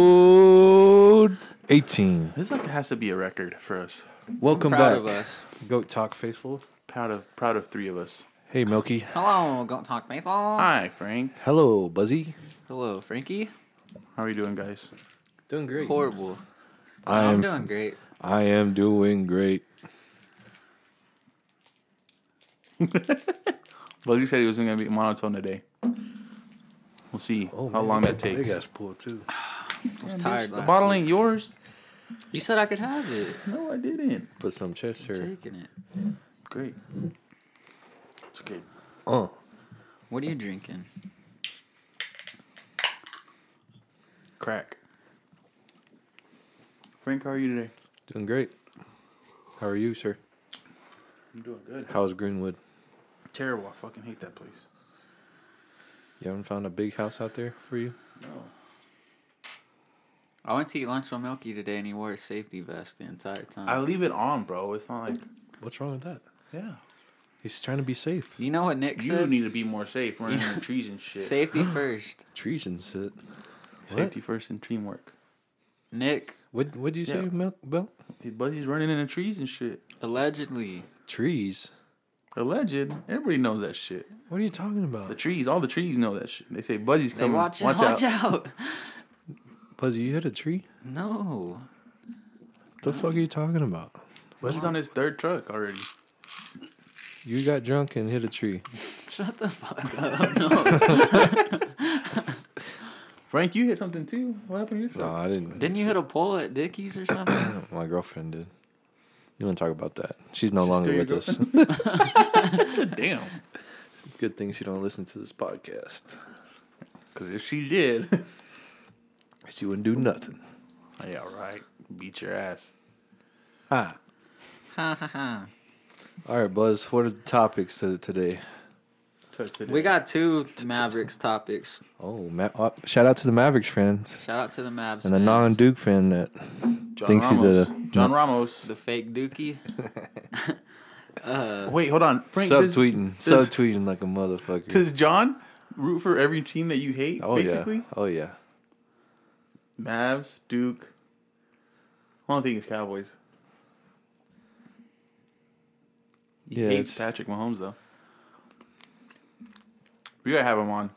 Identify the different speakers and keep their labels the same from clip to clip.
Speaker 1: Episode 18.
Speaker 2: This like has to be a record for us.
Speaker 1: Welcome
Speaker 3: Proud
Speaker 1: back.
Speaker 3: of us.
Speaker 4: Goat Talk Faithful.
Speaker 2: Proud of proud of three of us.
Speaker 1: Hey, Milky.
Speaker 3: Hello, Goat Talk Baseball.
Speaker 2: Hi, Frank.
Speaker 1: Hello, Buzzy.
Speaker 3: Hello, Frankie.
Speaker 2: How are you doing, guys?
Speaker 4: Doing great.
Speaker 3: Horrible.
Speaker 1: I
Speaker 3: I'm
Speaker 1: am
Speaker 3: doing great.
Speaker 1: I am doing great.
Speaker 2: Well, you said he was going to be monotone today. We'll see how long that takes.
Speaker 4: Oh, Big ass pool too.
Speaker 3: I was tired.
Speaker 2: The
Speaker 3: last
Speaker 2: bottle
Speaker 3: week.
Speaker 2: ain't yours.
Speaker 3: You said I could have it.
Speaker 2: No, I didn't.
Speaker 4: Put some chest here.
Speaker 3: Taking it.
Speaker 2: Great. It's okay.
Speaker 4: Uh,
Speaker 3: What are you drinking?
Speaker 2: Crack. Frank, how are you today?
Speaker 4: doing great. How are you, sir?
Speaker 2: I'm doing good.
Speaker 4: How's Greenwood?
Speaker 2: Terrible. I fucking hate that place.
Speaker 4: You haven't found a big house out there for you?
Speaker 2: No.
Speaker 3: I went to eat lunch with Milky today, and he wore a safety vest the entire time.
Speaker 2: I leave it on, bro. It's not like.
Speaker 4: What's wrong with that?
Speaker 2: Yeah.
Speaker 4: He's trying to be safe.
Speaker 3: you know what Nick
Speaker 2: You
Speaker 3: said?
Speaker 2: need to be more safe. We're in the trees and shit.
Speaker 3: Safety first.
Speaker 4: Trees and sit.
Speaker 2: Safety first and teamwork.
Speaker 3: Nick
Speaker 4: What what do you say,
Speaker 2: Yeah.
Speaker 4: Milk Belt?
Speaker 2: Buzzy's running in the trees and shit.
Speaker 3: allegedly.
Speaker 4: Trees?
Speaker 2: Alleged. Everybody knows that shit.
Speaker 4: What are you talking
Speaker 2: The
Speaker 4: about?
Speaker 2: trees, all the trees know that shit. They say Buzzy's
Speaker 3: They
Speaker 2: coming.
Speaker 3: watch, watch, watch out.
Speaker 4: Buzzy, you hit a tree?
Speaker 3: No.
Speaker 4: The fuck are you talking about?
Speaker 2: Buzzy's on his third truck already.
Speaker 4: You got drunk and hit a tree.
Speaker 3: Shut the fuck.
Speaker 2: Frank, you hit something too. What happened to your
Speaker 4: No,
Speaker 2: truck?
Speaker 4: I didn't.
Speaker 3: Didn't you hit a pole at Dickie's or something?
Speaker 4: My girlfriend did. You want to talk about that? She's no
Speaker 2: She's
Speaker 4: longer
Speaker 2: still your
Speaker 4: with us.
Speaker 2: Damn.
Speaker 4: Good thing she don't listen to this podcast.
Speaker 2: Because if she did,
Speaker 4: She wouldn't do nothing.
Speaker 2: yeah, right. Beat your ass.
Speaker 4: Ah.
Speaker 3: ha ha ha.
Speaker 4: All right, Buzz. What are the topics to- today?
Speaker 2: Took today.
Speaker 3: We got two Mavericks topics.
Speaker 4: Oh, Ma- uh, shout out to the Mavericks fans
Speaker 3: Shout out to the Mavs.
Speaker 4: and the
Speaker 3: fans.
Speaker 4: non-Duke fan that
Speaker 2: John
Speaker 4: thinks he's
Speaker 2: Ramos.
Speaker 4: a-
Speaker 2: John Ramos.
Speaker 3: The fake Dookie.
Speaker 2: Wait, hold on. does-
Speaker 4: subtweeting,
Speaker 2: does-
Speaker 4: subtweeting like a motherfucker.
Speaker 2: Does John root for every team that you hate?
Speaker 4: oh
Speaker 2: basically,
Speaker 4: yeah, oh yeah.
Speaker 2: Mavs, Duke. Only thing is Cowboys. He
Speaker 4: Yeah,
Speaker 2: hates
Speaker 4: it's-
Speaker 2: Patrick Mahomes though. We gotta have him on.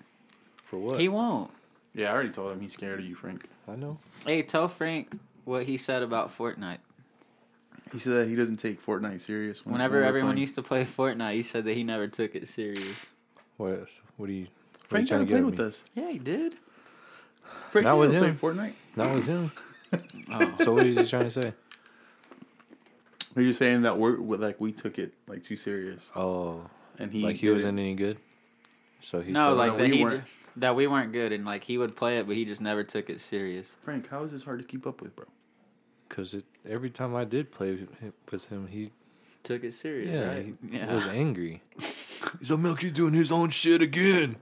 Speaker 4: For what?
Speaker 3: He won't.
Speaker 2: Yeah, I already told him he's scared of you, Frank.
Speaker 4: I know.
Speaker 3: Hey, tell Frank what he said about Fortnite.
Speaker 2: He said that he doesn't take Fortnite serious. when-
Speaker 3: Whenever
Speaker 2: when we're
Speaker 3: everyone
Speaker 2: playing.
Speaker 3: used to play Fortnite, he said that he never took it serious.
Speaker 4: What? Else? What are you? what are you
Speaker 2: Frank
Speaker 4: trying to
Speaker 2: never
Speaker 4: get
Speaker 2: played
Speaker 4: at
Speaker 2: with
Speaker 4: me?
Speaker 2: us.
Speaker 3: Yeah, he did.
Speaker 2: Frank
Speaker 4: Not
Speaker 2: you
Speaker 4: with
Speaker 2: never
Speaker 4: him.
Speaker 2: Played Fortnite.
Speaker 4: Not with him.
Speaker 3: Oh.
Speaker 4: So what are you trying to say?
Speaker 2: Are you saying that we're we're- like we took it like too serious?
Speaker 4: Oh,
Speaker 2: And he
Speaker 4: like he
Speaker 2: did
Speaker 4: wasn't
Speaker 2: it.
Speaker 4: any good. So he
Speaker 3: no,
Speaker 4: said,
Speaker 3: like
Speaker 2: no,
Speaker 3: that
Speaker 2: we
Speaker 3: he
Speaker 2: weren't.
Speaker 3: ju- that we weren't good, and like he would play it, but he just never took it serious.
Speaker 2: Frank, how is this hard to keep up with, bro?
Speaker 4: because every time I did play with him- with him, he
Speaker 3: Took it serious.
Speaker 4: yeah,
Speaker 3: right?
Speaker 4: he
Speaker 3: yeah.
Speaker 4: was angry. He's like Milky's doing his own shit again.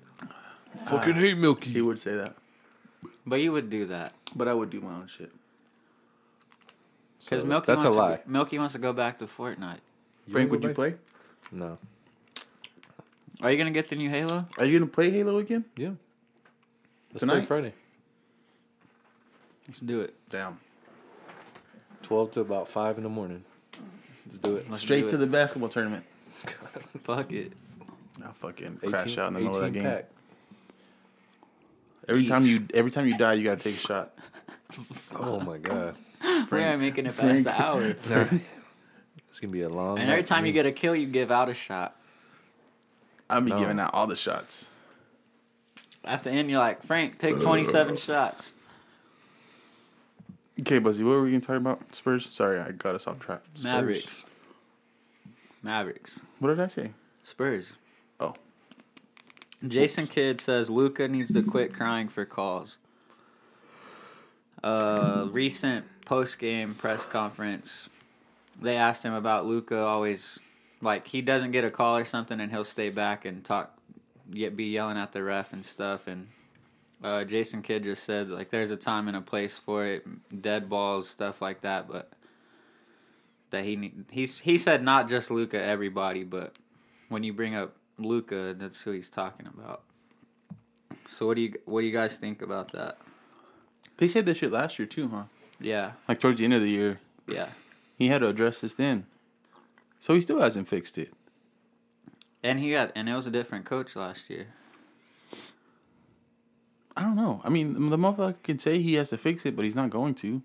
Speaker 4: Fucking hate Milky.
Speaker 2: He would say that,
Speaker 3: but you would do that
Speaker 2: but I would do my own shit.
Speaker 3: because
Speaker 4: So,
Speaker 3: Milky.
Speaker 4: that's a
Speaker 3: wants to go-
Speaker 4: lie.
Speaker 3: Milky wants to go back to Fortnite.
Speaker 2: Frank, would you play?
Speaker 4: No.
Speaker 3: Are you gonna get the new Halo?
Speaker 2: Are you gonna play Halo again?
Speaker 4: Yeah. Let's
Speaker 2: Tonight?
Speaker 4: play Friday.
Speaker 3: Let's do it.
Speaker 2: Damn.
Speaker 4: Twelve to about five in the morning. Let's do it.
Speaker 3: Let's
Speaker 2: Straight
Speaker 3: do
Speaker 2: to
Speaker 3: it.
Speaker 2: the basketball tournament.
Speaker 3: Fuck it.
Speaker 2: I'll fucking crash out in the middle of that
Speaker 4: 18
Speaker 2: game.
Speaker 4: pack.
Speaker 2: Every time
Speaker 3: Each.
Speaker 2: you every time you die, you gotta take a shot.
Speaker 4: Oh my god.
Speaker 3: We are making it past the hour.
Speaker 4: It's gonna be a long.
Speaker 3: And every time you get a kill, you give out a shot.
Speaker 2: I'll be
Speaker 4: No.
Speaker 2: giving out all the shots.
Speaker 3: At the end, you're like, Frank, take 27 shots.
Speaker 2: Okay, Buzzy, what were we gonna talk about? Spurs? Sorry, I got us off track. Spurs.
Speaker 3: Mavericks. Mavericks.
Speaker 2: What did I say?
Speaker 3: Spurs.
Speaker 2: Oh.
Speaker 3: Jason Kidd says Luca needs to quit crying for calls. Uh, recent post game press conference, they asked him about Luca always, like he doesn't get a call or something, and he'll stay back and talk, yet be yelling at the ref and stuff. And uh, Jason Kidd just said like there's a time and a place for it, dead balls, stuff like that. But that he ne- he's he said not just Luca, everybody, but when you bring up Luca, that's who he's talking about. So what do you what do you guys think about that?
Speaker 2: They said this shit last year too, huh?
Speaker 3: Yeah,
Speaker 2: Like towards the end of the year,
Speaker 3: yeah.
Speaker 2: he had to address this then. So he still hasn't fixed it.
Speaker 3: And he got and it was a different coach last year.
Speaker 2: I don't know. I mean, the motherfucker can say he has to fix it, but he's not going to.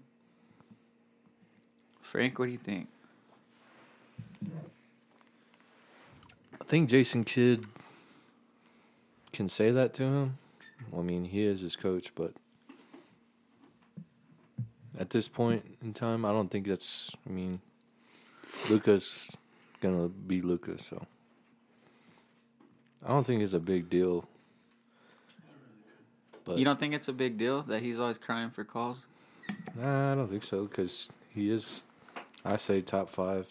Speaker 3: Frank, what do you think?
Speaker 4: I think Jason Kidd can say that to him. Well, I mean, he is his coach, but at this point in time, I don't think that's. I mean, Luca's gonna be Luca, so I don't think it's a big deal. But
Speaker 3: You don't think it's a big deal that he's always crying for calls?
Speaker 4: Nah, I don't think so because he is, I say, top five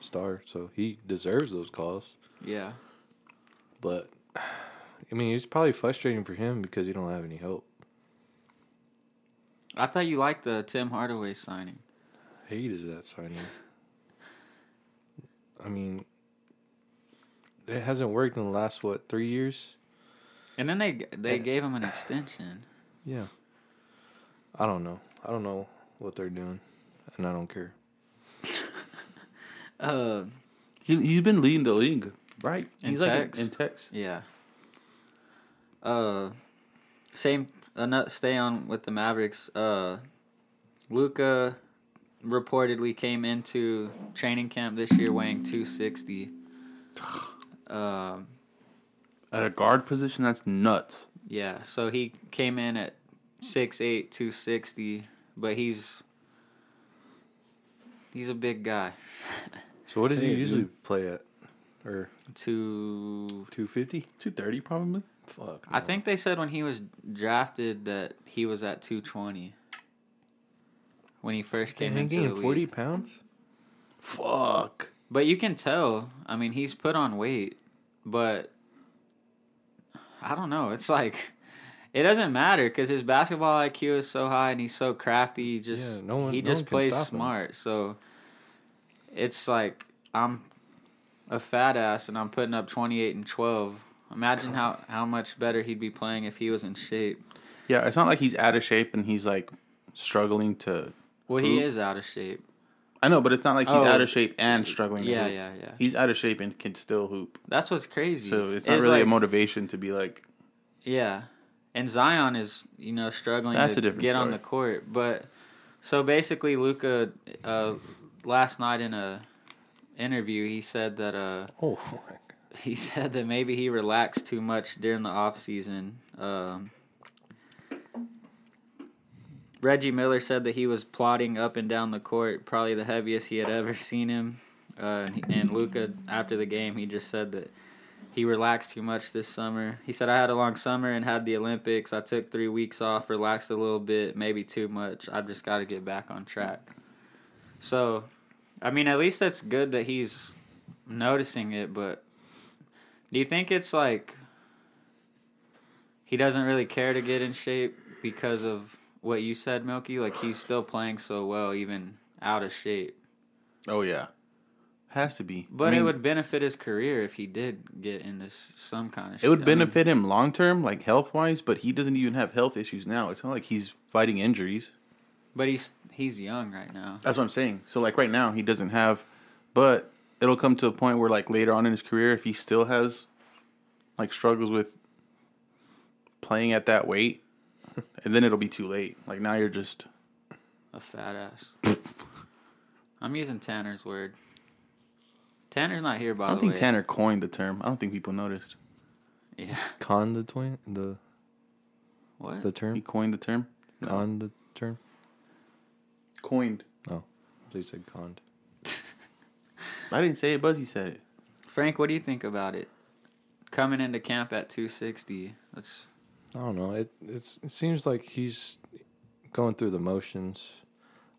Speaker 4: star, so he deserves those calls.
Speaker 3: Yeah.
Speaker 4: But I mean, it's probably frustrating for him because he don't have any help.
Speaker 3: I thought you liked the Tim Hardaway signing.
Speaker 4: Hated that signing. I mean, it hasn't worked in the last what three years.
Speaker 3: And then they they gave him an extension.
Speaker 4: Yeah. I don't know. I don't know what they're doing, and I don't care.
Speaker 3: Uh,
Speaker 2: He, he's been leading the league, right?
Speaker 3: In
Speaker 2: he's like
Speaker 3: Tex.
Speaker 2: in Tex.
Speaker 3: yeah. Uh, same. ano- Stay on with the Mavericks. Uh, Luca reportedly came into training camp this year weighing two sixty. Um.
Speaker 2: At a guard position, that's nuts.
Speaker 3: Yeah, so he came in at 6'8", 260, but he's he's a big guy.
Speaker 4: So what does
Speaker 2: Say
Speaker 4: he
Speaker 2: it,
Speaker 4: usually
Speaker 2: dude.
Speaker 4: play at? Or
Speaker 3: To
Speaker 4: two fifty?
Speaker 2: 230 probably.
Speaker 4: Fuck.
Speaker 3: I
Speaker 4: no.
Speaker 3: think they said when he was drafted that he was at 220 when he first came
Speaker 4: Dang, he
Speaker 3: into
Speaker 4: gained
Speaker 3: the
Speaker 4: forty
Speaker 3: league.
Speaker 4: pounds.
Speaker 2: Fuck.
Speaker 3: But you can tell, I mean, he's put on weight, but I don't know. It's like it doesn't matter because his basketball IQ is so high and he's so crafty. He just
Speaker 4: Yeah, no one-
Speaker 3: he
Speaker 4: no
Speaker 3: just
Speaker 4: one can
Speaker 3: plays
Speaker 4: stop him.
Speaker 3: smart. So it's like I'm a fat ass and I'm putting up 28 and 12. Imagine how how much better he'd be playing if he was in shape.
Speaker 2: Yeah, it's not like he's out of shape and he's like struggling to.
Speaker 3: Well, he
Speaker 2: Who?
Speaker 3: is out of shape.
Speaker 2: I know, but it's not like he's
Speaker 3: Oh.
Speaker 2: out of shape and struggling. to
Speaker 3: Yeah,
Speaker 2: hoop.
Speaker 3: yeah, yeah.
Speaker 2: He's out of shape and can still hoop.
Speaker 3: That's what's crazy.
Speaker 2: So it's not
Speaker 3: Is
Speaker 2: really a
Speaker 3: like-
Speaker 2: motivation to be like,
Speaker 3: Yeah, and Zion is you know struggling
Speaker 2: That's
Speaker 3: to
Speaker 2: a different
Speaker 3: get on
Speaker 2: story.
Speaker 3: the court, but so basically, Luca uh, last night in a interview he said that uh,
Speaker 4: Oh,
Speaker 3: he said that maybe he relaxed too much during the off season. Um, Reggie Miller said that he was plodding up and down the court, probably the heaviest he had ever seen him. Uh, and- and Luca, after the game, he just said that he relaxed too much this summer. He said, I had a long summer and had the Olympics. I took three weeks off, relaxed a little bit, maybe too much. I've just got to get back on track. So, I mean, at least that's good that he's noticing it, but do you think it's like he doesn't really care to get in shape because of what you said, Milky? Like he's still playing so well, even out of shape.
Speaker 2: oh yeah, has to be.
Speaker 3: But
Speaker 2: I mean,
Speaker 3: it would benefit his career if he did get into s- some kind of.
Speaker 2: It would
Speaker 3: shape. I mean,
Speaker 2: benefit him long term, like health wise. But he doesn't even have health issues now. It's not like he's fighting injuries.
Speaker 3: but he's he's young right now.
Speaker 2: That's what I'm saying. So like right now he doesn't have, but it'll come to a point where like later on in his career, if he still has like struggles with playing at that weight, and then it'll be too late. Like now you're just
Speaker 3: A fat ass. I'm using Tanner's word. Tanner's not here, by
Speaker 2: I don't
Speaker 3: the
Speaker 2: think
Speaker 3: way.
Speaker 2: Tanner coined the term. I don't think people noticed.
Speaker 3: Yeah.
Speaker 4: con the twin the
Speaker 3: What?
Speaker 4: the
Speaker 2: He
Speaker 4: term
Speaker 2: coined the term. No.
Speaker 4: con the term.
Speaker 2: Coined.
Speaker 4: Oh, they said con.
Speaker 2: I didn't say it. Buzzy said it.
Speaker 3: Frank, what do you think about it? Coming into camp at 260. That's
Speaker 4: I don't know. It it's, it seems like he's going through the motions.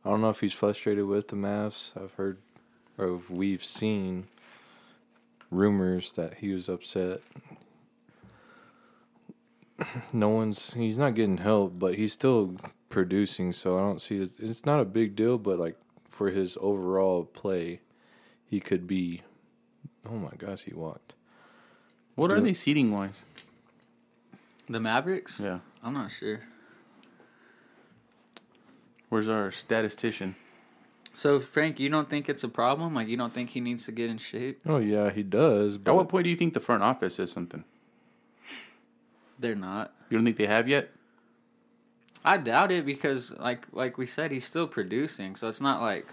Speaker 4: I don't know if he's frustrated with the Mavs. I've heard, or if we've seen rumors that he was upset. No one's. He's not getting help, but he's still producing. So I don't see. It, it's not a big deal, but like for his overall play, he could be. Oh my gosh, he walked.
Speaker 2: What are they seating wise?
Speaker 3: the Mavericks.
Speaker 2: Yeah.
Speaker 3: I'm not sure.
Speaker 2: Where's our statistician?
Speaker 3: So Frank, you don't think it's a problem? Like you don't think he needs to get in shape?
Speaker 4: Oh yeah, he does.
Speaker 2: At
Speaker 4: But
Speaker 2: what point do you think the front office says something?
Speaker 3: They're not.
Speaker 2: You don't think they have yet?
Speaker 3: I doubt it because like like we said, he's still producing, so it's not like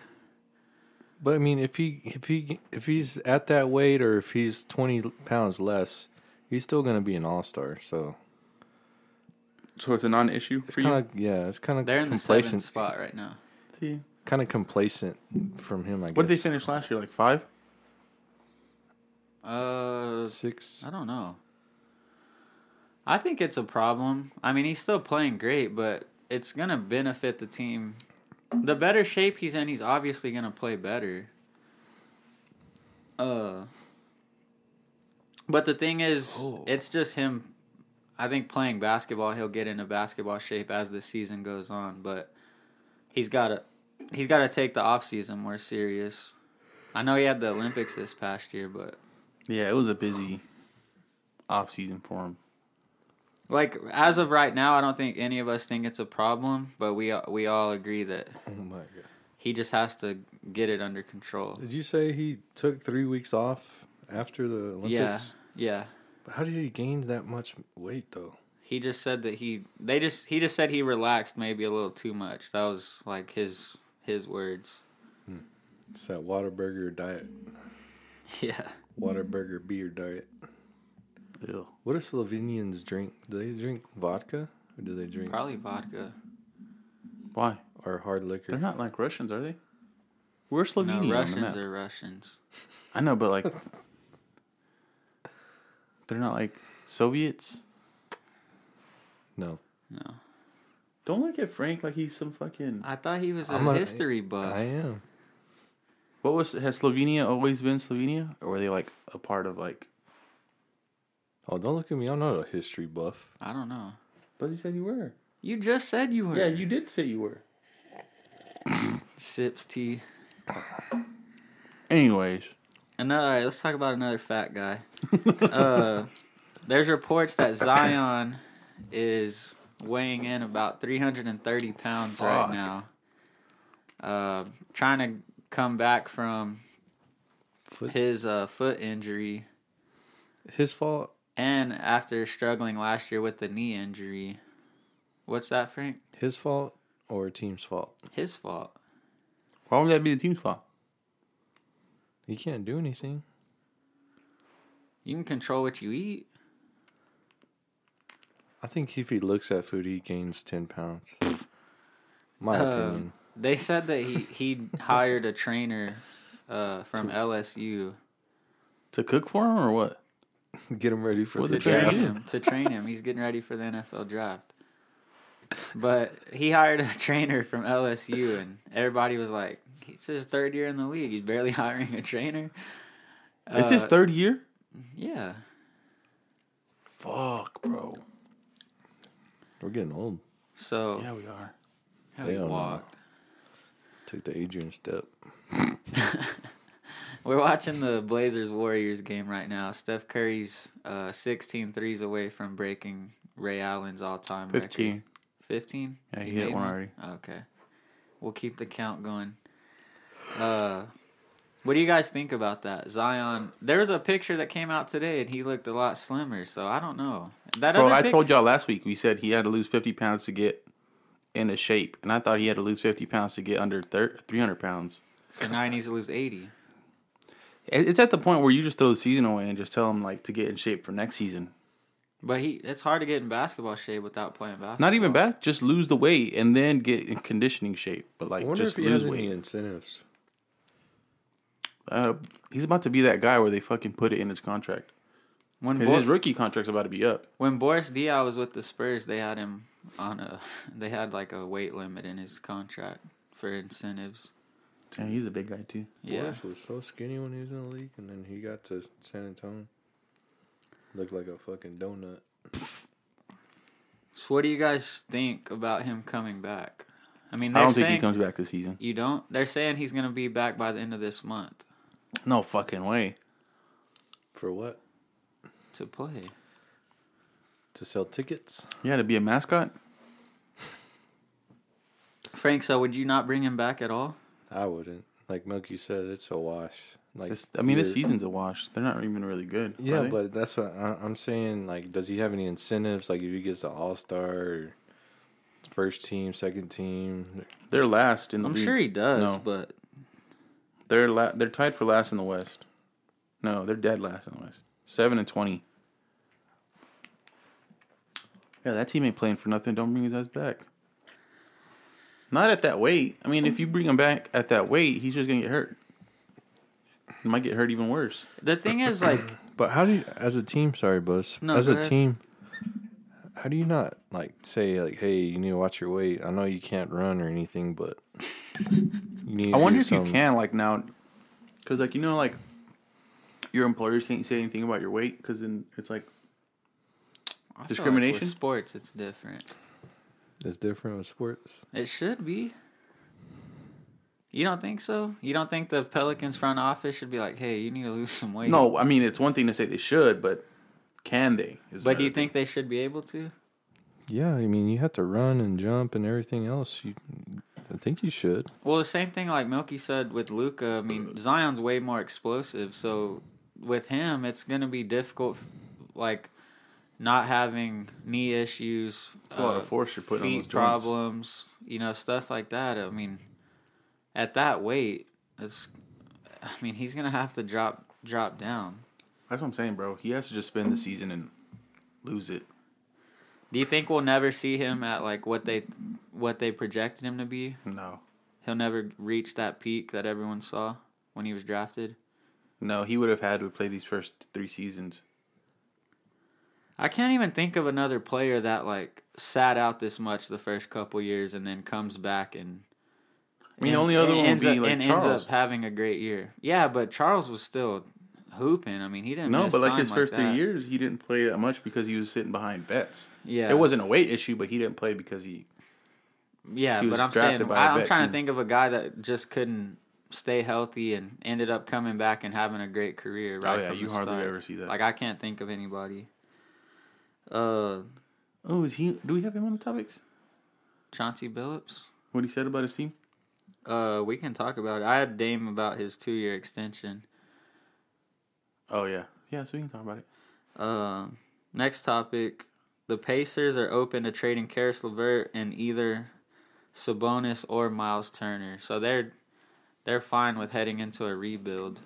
Speaker 4: But I mean, if he if he if he's at that weight or if he's twenty pounds less, he's still gonna be an all star. So
Speaker 2: So it's a non-issue
Speaker 4: it's
Speaker 2: for
Speaker 4: kind of yeah, it's kind
Speaker 3: they're
Speaker 4: of
Speaker 3: in the seventh
Speaker 4: complacent,
Speaker 3: spot right now.
Speaker 2: you.
Speaker 4: kind of complacent from him. I guess.
Speaker 2: What did they finish last year? Like five?
Speaker 3: Uh,
Speaker 4: Six.
Speaker 3: I don't know. I think it's a problem. I mean, he's still playing great, but it's gonna benefit the team. The better shape he's in, he's obviously gonna play better. Uh, but the thing is, it's just him. I think playing basketball, he'll get into basketball shape as the season goes on. But he's gotta, he's gotta take the off season more serious. I know he had the Olympics this past year, but
Speaker 2: Yeah, it was a busy off-season for him.
Speaker 3: Like as of right now, I don't think any of us think it's a problem, but we we all agree that
Speaker 4: Oh my god!
Speaker 3: he just has to get it under control.
Speaker 4: Did you say he took three weeks off after the Olympics?
Speaker 3: Yeah, yeah.
Speaker 4: But How did he gain that much weight though?
Speaker 3: He just said that he they just he just said he relaxed maybe a little too much. That was like his his words.
Speaker 4: It's that Waterburger diet,
Speaker 3: Yeah,
Speaker 4: Waterburger beer diet.
Speaker 2: Ew.
Speaker 4: What do Slovenians drink? Do they drink vodka or do they drink
Speaker 3: probably vodka.
Speaker 2: Why?
Speaker 4: or hard liquor?
Speaker 2: They're not like Russians, are they? We're Slovenia.
Speaker 3: No,
Speaker 2: on the map.
Speaker 3: Russians are Russians.
Speaker 2: I know, but like, they're not like Soviets.
Speaker 4: no,
Speaker 3: No,
Speaker 2: Don't look at Frank like he's some fucking.
Speaker 3: I thought he was a
Speaker 4: I'm a-
Speaker 3: history buff.
Speaker 4: I am.
Speaker 2: What was has Slovenia always been Slovenia, or were they like a part of like?
Speaker 4: Oh, don't look at me. I'm not a history buff.
Speaker 3: I don't know.
Speaker 2: But you said you were.
Speaker 3: You just said you were.
Speaker 2: Yeah, you did say you were.
Speaker 3: sips tea.
Speaker 2: Anyways,
Speaker 3: Another. All right, let's talk about another fat guy. uh, there's reports that Zion is weighing in about 330 pounds right now. Uh, trying to come back from
Speaker 4: Foot-
Speaker 3: his uh, foot injury,
Speaker 4: His fault.
Speaker 3: and after struggling last year with the knee injury. What's that, Frank?
Speaker 4: His fault or team's fault.
Speaker 3: His fault.
Speaker 2: why would that be the team's fault?
Speaker 4: He can't do anything.
Speaker 3: You can control what you eat.
Speaker 4: I think if he looks at food, he gains ten pounds. My
Speaker 2: Uh,
Speaker 3: Um,
Speaker 4: opinion.
Speaker 3: They said that he he hired a trainer uh, from LSU.
Speaker 2: To cook for him or what?
Speaker 4: Get him ready for
Speaker 2: Was
Speaker 4: the
Speaker 2: it
Speaker 3: train
Speaker 4: draft.
Speaker 2: training?
Speaker 3: him to train him. He's getting ready for the NFL draft. But he hired a trainer from LSU, and everybody was like, "It's his third year in the league. He's barely hiring a trainer."
Speaker 2: it's his
Speaker 3: Uh,
Speaker 2: third year.
Speaker 3: Yeah,
Speaker 2: Fuck, bro.
Speaker 4: We're getting old.
Speaker 3: so
Speaker 2: Yeah, we are.
Speaker 3: how he
Speaker 4: Hell no.
Speaker 3: walked.
Speaker 4: Take the Adrian step.
Speaker 3: We're watching the Blazers Warriors game right now. Steph Curry's uh, 16 threes away from breaking Ray Allen's all-time record.
Speaker 2: Fifteen.
Speaker 3: 15?
Speaker 2: Yeah, he hit
Speaker 3: made
Speaker 2: one already.
Speaker 3: Okay. We'll keep the count going. Uh, what do you guys think about that? Zion, there was a picture that came out today and he looked a lot slimmer, so I don't know. That
Speaker 2: Bro,
Speaker 3: other
Speaker 2: I
Speaker 3: pic-
Speaker 2: told y'all last week. We said he had to lose fifty pounds to get into shape, and I thought he had to lose fifty pounds to get under thir- three hundred pounds.
Speaker 3: So now he needs to lose 80.
Speaker 2: It- It's at the point where you just throw the season away and just tell him like to get in shape for next season.
Speaker 3: But he it's hard to get in basketball shape without playing basketball.
Speaker 2: Not even bath, just lose the weight and then get in conditioning shape. But
Speaker 4: I
Speaker 2: like
Speaker 4: wonder
Speaker 2: just
Speaker 4: if he has
Speaker 2: lose
Speaker 4: any
Speaker 2: weight.
Speaker 4: incentives.
Speaker 2: Uh, he's about to be that guy where they fucking put it in his contract
Speaker 3: When,
Speaker 2: because
Speaker 3: Bo-
Speaker 2: his rookie contract's about to be up.
Speaker 3: when Boris Diaw was with the Spurs, they had him on a they had like a weight limit in his contract for incentives.
Speaker 2: Damn, he's a big guy too.
Speaker 3: Yeah.
Speaker 4: Boris was so skinny when he was in the league, and then he got to San Antonio. Looked like a fucking donut.
Speaker 3: So what do you guys think about him coming back? I mean,
Speaker 2: I
Speaker 3: they're
Speaker 2: don't
Speaker 3: saying
Speaker 2: think he comes back this season.
Speaker 3: you don't. They're saying he's gonna be back by the end of this month
Speaker 2: No fucking way.
Speaker 4: For what?
Speaker 3: to play.
Speaker 4: To sell tickets?
Speaker 2: You had to be a mascot.
Speaker 3: Frank, so would you not bring him back at all?
Speaker 4: I wouldn't. Like Milky said, it's a wash. Like
Speaker 2: This, I mean, this
Speaker 4: you're-
Speaker 2: season's a wash. They're not even really good. are
Speaker 4: Yeah,
Speaker 2: they?
Speaker 4: but that's what I, I'm saying. Like, does he have any incentives? Like, if he gets the All Star, first team, second team,
Speaker 2: they're last in the
Speaker 3: I'm
Speaker 2: league.
Speaker 3: sure he does,
Speaker 2: No.
Speaker 3: but
Speaker 2: They're la- they're tied for last in the West. No, they're dead last in the West. Seven and twenty. Yeah, that team ain't playing for nothing. Don't bring his ass back. Not at that weight. I mean, if you bring him back at that weight, he's just gonna get hurt. He might get hurt even worse.
Speaker 3: the thing is, like,
Speaker 4: But how do you, as a team? Sorry, Buzz.
Speaker 3: No,
Speaker 4: as
Speaker 3: go
Speaker 4: a
Speaker 3: ahead.
Speaker 4: team, how do you not like say like, hey, you need to watch your weight? I know you can't run or anything, but you need to
Speaker 2: I wonder
Speaker 4: do
Speaker 2: if you
Speaker 4: something.
Speaker 2: can like now, because like you know like your employers can't say anything about your weight because then it's like
Speaker 3: I feel like
Speaker 2: Discrimination?
Speaker 3: with sports, it's different.
Speaker 4: It's different with sports.
Speaker 3: It should be. You don't think so? You don't think the Pelicans front office should be like, "Hey, you need to lose some weight"?
Speaker 2: no. I mean, it's one thing to say they should, but can they? Is
Speaker 3: But do
Speaker 2: another
Speaker 3: you
Speaker 2: thing.
Speaker 3: think they should be able to?
Speaker 4: Yeah, I mean, you have to run and jump and everything else. You, I think you should.
Speaker 3: Well, the same thing like Milky said with Luca. I mean, Zion's way more explosive, so with him, it's gonna be difficult. Like not having knee issues, uh,
Speaker 2: It's a lot of force you're putting on
Speaker 3: feet
Speaker 2: those joints.
Speaker 3: problems, you know, stuff like that. I mean, at that weight, it's. I mean, he's gonna have to drop drop down.
Speaker 2: That's what I'm saying, bro. He has to just spend the season and lose it.
Speaker 3: Do you think we'll never see him at like what they what they projected him to be?
Speaker 2: No,
Speaker 3: He'll never reach that peak that everyone saw when he was drafted.
Speaker 2: no, he would have had to play these first three seasons.
Speaker 3: I can't even think of another player that like sat out this much the first couple years and then comes back and.
Speaker 2: I mean,
Speaker 3: and-
Speaker 2: the only other
Speaker 3: and
Speaker 2: one would
Speaker 3: ends
Speaker 2: be
Speaker 3: up-
Speaker 2: like
Speaker 3: and
Speaker 2: Charles.
Speaker 3: ends up having a great year. Yeah, but Charles was still hooping. I mean, he didn't.
Speaker 2: No,
Speaker 3: miss
Speaker 2: but like
Speaker 3: time
Speaker 2: his first three
Speaker 3: that.
Speaker 2: years, he didn't play that much because he was sitting behind vets.
Speaker 3: Yeah.
Speaker 2: it wasn't a weight issue, but he didn't play because he.
Speaker 3: Yeah,
Speaker 2: He
Speaker 3: but
Speaker 2: was
Speaker 3: I'm saying
Speaker 2: drafted by a
Speaker 3: I, I'm
Speaker 2: vet
Speaker 3: trying to
Speaker 2: team.
Speaker 3: think of a guy that just couldn't stay healthy and ended up coming back and having a great career. Right
Speaker 2: Oh, yeah,
Speaker 3: from
Speaker 2: you
Speaker 3: the
Speaker 2: hardly
Speaker 3: start.
Speaker 2: ever see that.
Speaker 3: Like I can't think of anybody. Uh,
Speaker 2: Oh, is he? Do we have him on the topics?
Speaker 3: Chauncey Billups.
Speaker 2: What he said about his team?
Speaker 3: Uh, we can talk about it. I had Dame about his two year extension.
Speaker 2: Oh yeah, yeah. So we can talk about it.
Speaker 3: Um, next topic: the Pacers are open to trading Karis LeVert and either Sabonis or Miles Turner, so they're they're fine with heading into a rebuild.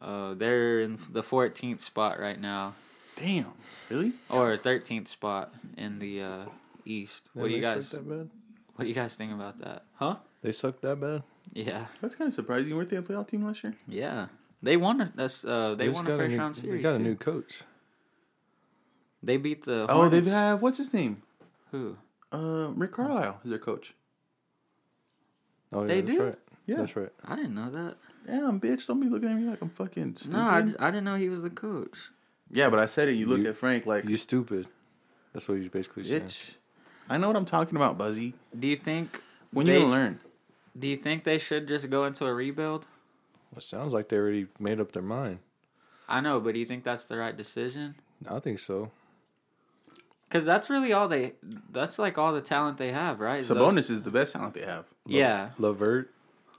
Speaker 3: Uh, they're in the 14th spot right now,
Speaker 2: Damn, really?
Speaker 3: or 13th spot in the uh, East. What do you
Speaker 4: They suck
Speaker 3: guys
Speaker 4: That bad?
Speaker 3: What do you guys think about that? Huh?
Speaker 4: They suck that bad.
Speaker 3: Yeah,
Speaker 2: That's kind of surprising. Weren't they a playoff team last year?
Speaker 3: yeah. They won. a- That's uh, they
Speaker 4: just
Speaker 3: won
Speaker 4: got
Speaker 3: a first
Speaker 4: new-
Speaker 3: round series.
Speaker 4: They got a
Speaker 3: too.
Speaker 4: new coach.
Speaker 3: They beat the.
Speaker 2: Oh, they
Speaker 3: Hornets.
Speaker 2: have what's his name?
Speaker 3: who?
Speaker 2: Uh, Rick Carlisle is their coach.
Speaker 4: Oh, yeah,
Speaker 3: They
Speaker 4: that's
Speaker 3: do?
Speaker 4: right.
Speaker 2: Yeah.
Speaker 4: that's right.
Speaker 3: I didn't know that.
Speaker 2: Damn, bitch! Don't be looking at me like I'm fucking stupid.
Speaker 3: No, I, d- I didn't know he was the coach.
Speaker 2: Yeah, but I said it. You looked at Frank like,
Speaker 4: You stupid. That's what he's basically saying.
Speaker 2: bitch. I know what I'm talking about, Buzzy.
Speaker 3: Do you think
Speaker 2: When
Speaker 3: they
Speaker 2: you gonna
Speaker 3: sh-
Speaker 2: learn?
Speaker 3: Do you think they should just go into a rebuild?
Speaker 4: Well, it sounds like they already made up their mind.
Speaker 3: I know, but do you think that's the right decision?
Speaker 4: I think so.
Speaker 3: Because that's really all they. That's like all the talent they have, right? Those-
Speaker 2: Sabonis is the best talent they have.
Speaker 3: yeah,
Speaker 4: Lavert,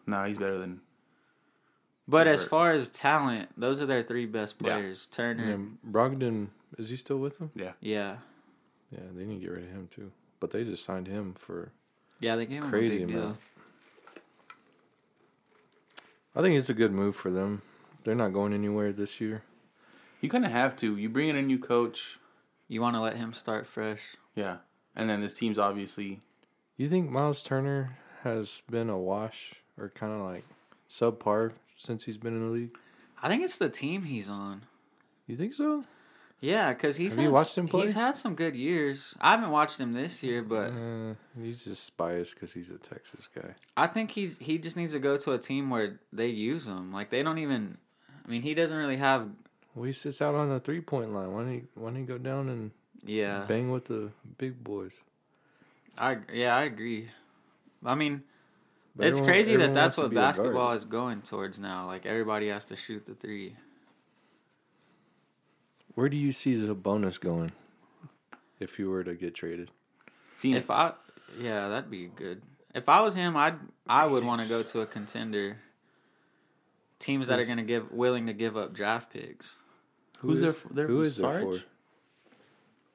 Speaker 2: Nah, he's better than.
Speaker 3: but as
Speaker 2: Levert.
Speaker 3: far as talent, those are their three best
Speaker 2: Yeah.
Speaker 3: players. Turner. Yeah.
Speaker 4: and Brogdon, is he still with them?
Speaker 2: Yeah,
Speaker 3: yeah.
Speaker 4: Yeah, they need to get rid of him too. But they just signed him for.
Speaker 3: they gave him
Speaker 4: Crazy,
Speaker 3: a big
Speaker 4: man.
Speaker 3: deal.
Speaker 4: I think it's a good move for them. They're not going anywhere this year.
Speaker 2: you kind of have to. You bring in a new coach.
Speaker 3: You want to let him start fresh.
Speaker 2: Yeah, and then this team's obviously
Speaker 4: You think Miles Turner has been a wash or kind of like subpar since he's been in the league?
Speaker 3: I think it's the team he's on.
Speaker 4: You think so?
Speaker 3: Yeah, because he's
Speaker 4: Have you
Speaker 3: had-
Speaker 4: watched him play?
Speaker 3: He's had some good years. I haven't watched him this year, but
Speaker 4: Uh, he's just biased because he's a Texas guy.
Speaker 3: I think he he just needs to go to a team where they use him. Like they don't even. I mean, he doesn't really have.
Speaker 4: Well, he sits out on the three point line. Why don't he? Why don't he go down and
Speaker 3: Yeah,
Speaker 4: bang with the big boys?
Speaker 3: I yeah I agree. I mean,
Speaker 4: But
Speaker 3: it's
Speaker 4: everyone-
Speaker 3: crazy that
Speaker 4: everyone
Speaker 3: that's
Speaker 4: wants to
Speaker 3: what
Speaker 4: be a guard.
Speaker 3: basketball is going towards now. Like everybody has to shoot the three.
Speaker 4: Where do you see the bonus going if you were to get traded?
Speaker 2: Phoenix.
Speaker 3: If I yeah, that'd be good. If I was him, I'd I would want to go to a contender. Teams that are going to give willing to give up draft picks.
Speaker 2: Who's there for- there
Speaker 4: who
Speaker 2: for
Speaker 4: is there
Speaker 2: Sarge?
Speaker 4: for?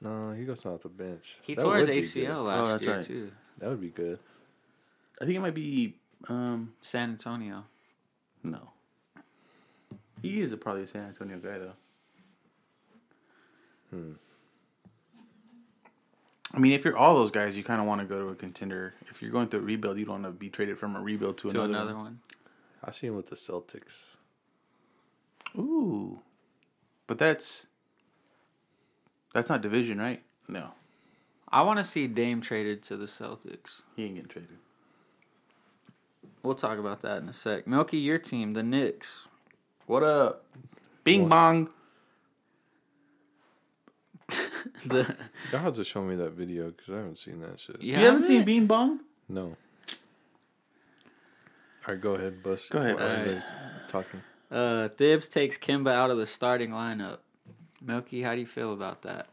Speaker 4: No, he goes off the bench.
Speaker 3: He
Speaker 4: That
Speaker 3: tore his
Speaker 4: would be
Speaker 3: ACL
Speaker 4: good.
Speaker 2: Oh,
Speaker 3: last
Speaker 2: that's
Speaker 3: year
Speaker 2: right.
Speaker 3: too.
Speaker 4: That would be good.
Speaker 2: I think it might be. Um,
Speaker 3: San Antonio.
Speaker 2: no. He is a, probably a San Antonio guy though. Hmm. I mean, if you're all those guys, you kind of want to go to a contender. If you're going through a rebuild, you don't want to be traded from a rebuild to,
Speaker 3: to
Speaker 2: another,
Speaker 3: another one.
Speaker 4: I see him with the Celtics.
Speaker 2: one. Ooh, but that's that's not division, right? No,
Speaker 3: I want to see Dame traded to the Celtics.
Speaker 2: he ain't getting traded.
Speaker 3: We'll talk about that in a sec. Milky, your team, the Knicks.
Speaker 2: What up? Bing
Speaker 4: What?
Speaker 2: bong.
Speaker 3: The
Speaker 4: Y'all have to show me that video because I haven't seen that shit.
Speaker 2: You haven't seen Bing bong?
Speaker 4: No. All right, go ahead, Bus.
Speaker 2: Go ahead,
Speaker 4: While
Speaker 2: Bus.
Speaker 4: everybody's talking.
Speaker 3: Uh, Thibs takes Kimba out of the starting lineup. Milky, how do you feel about that?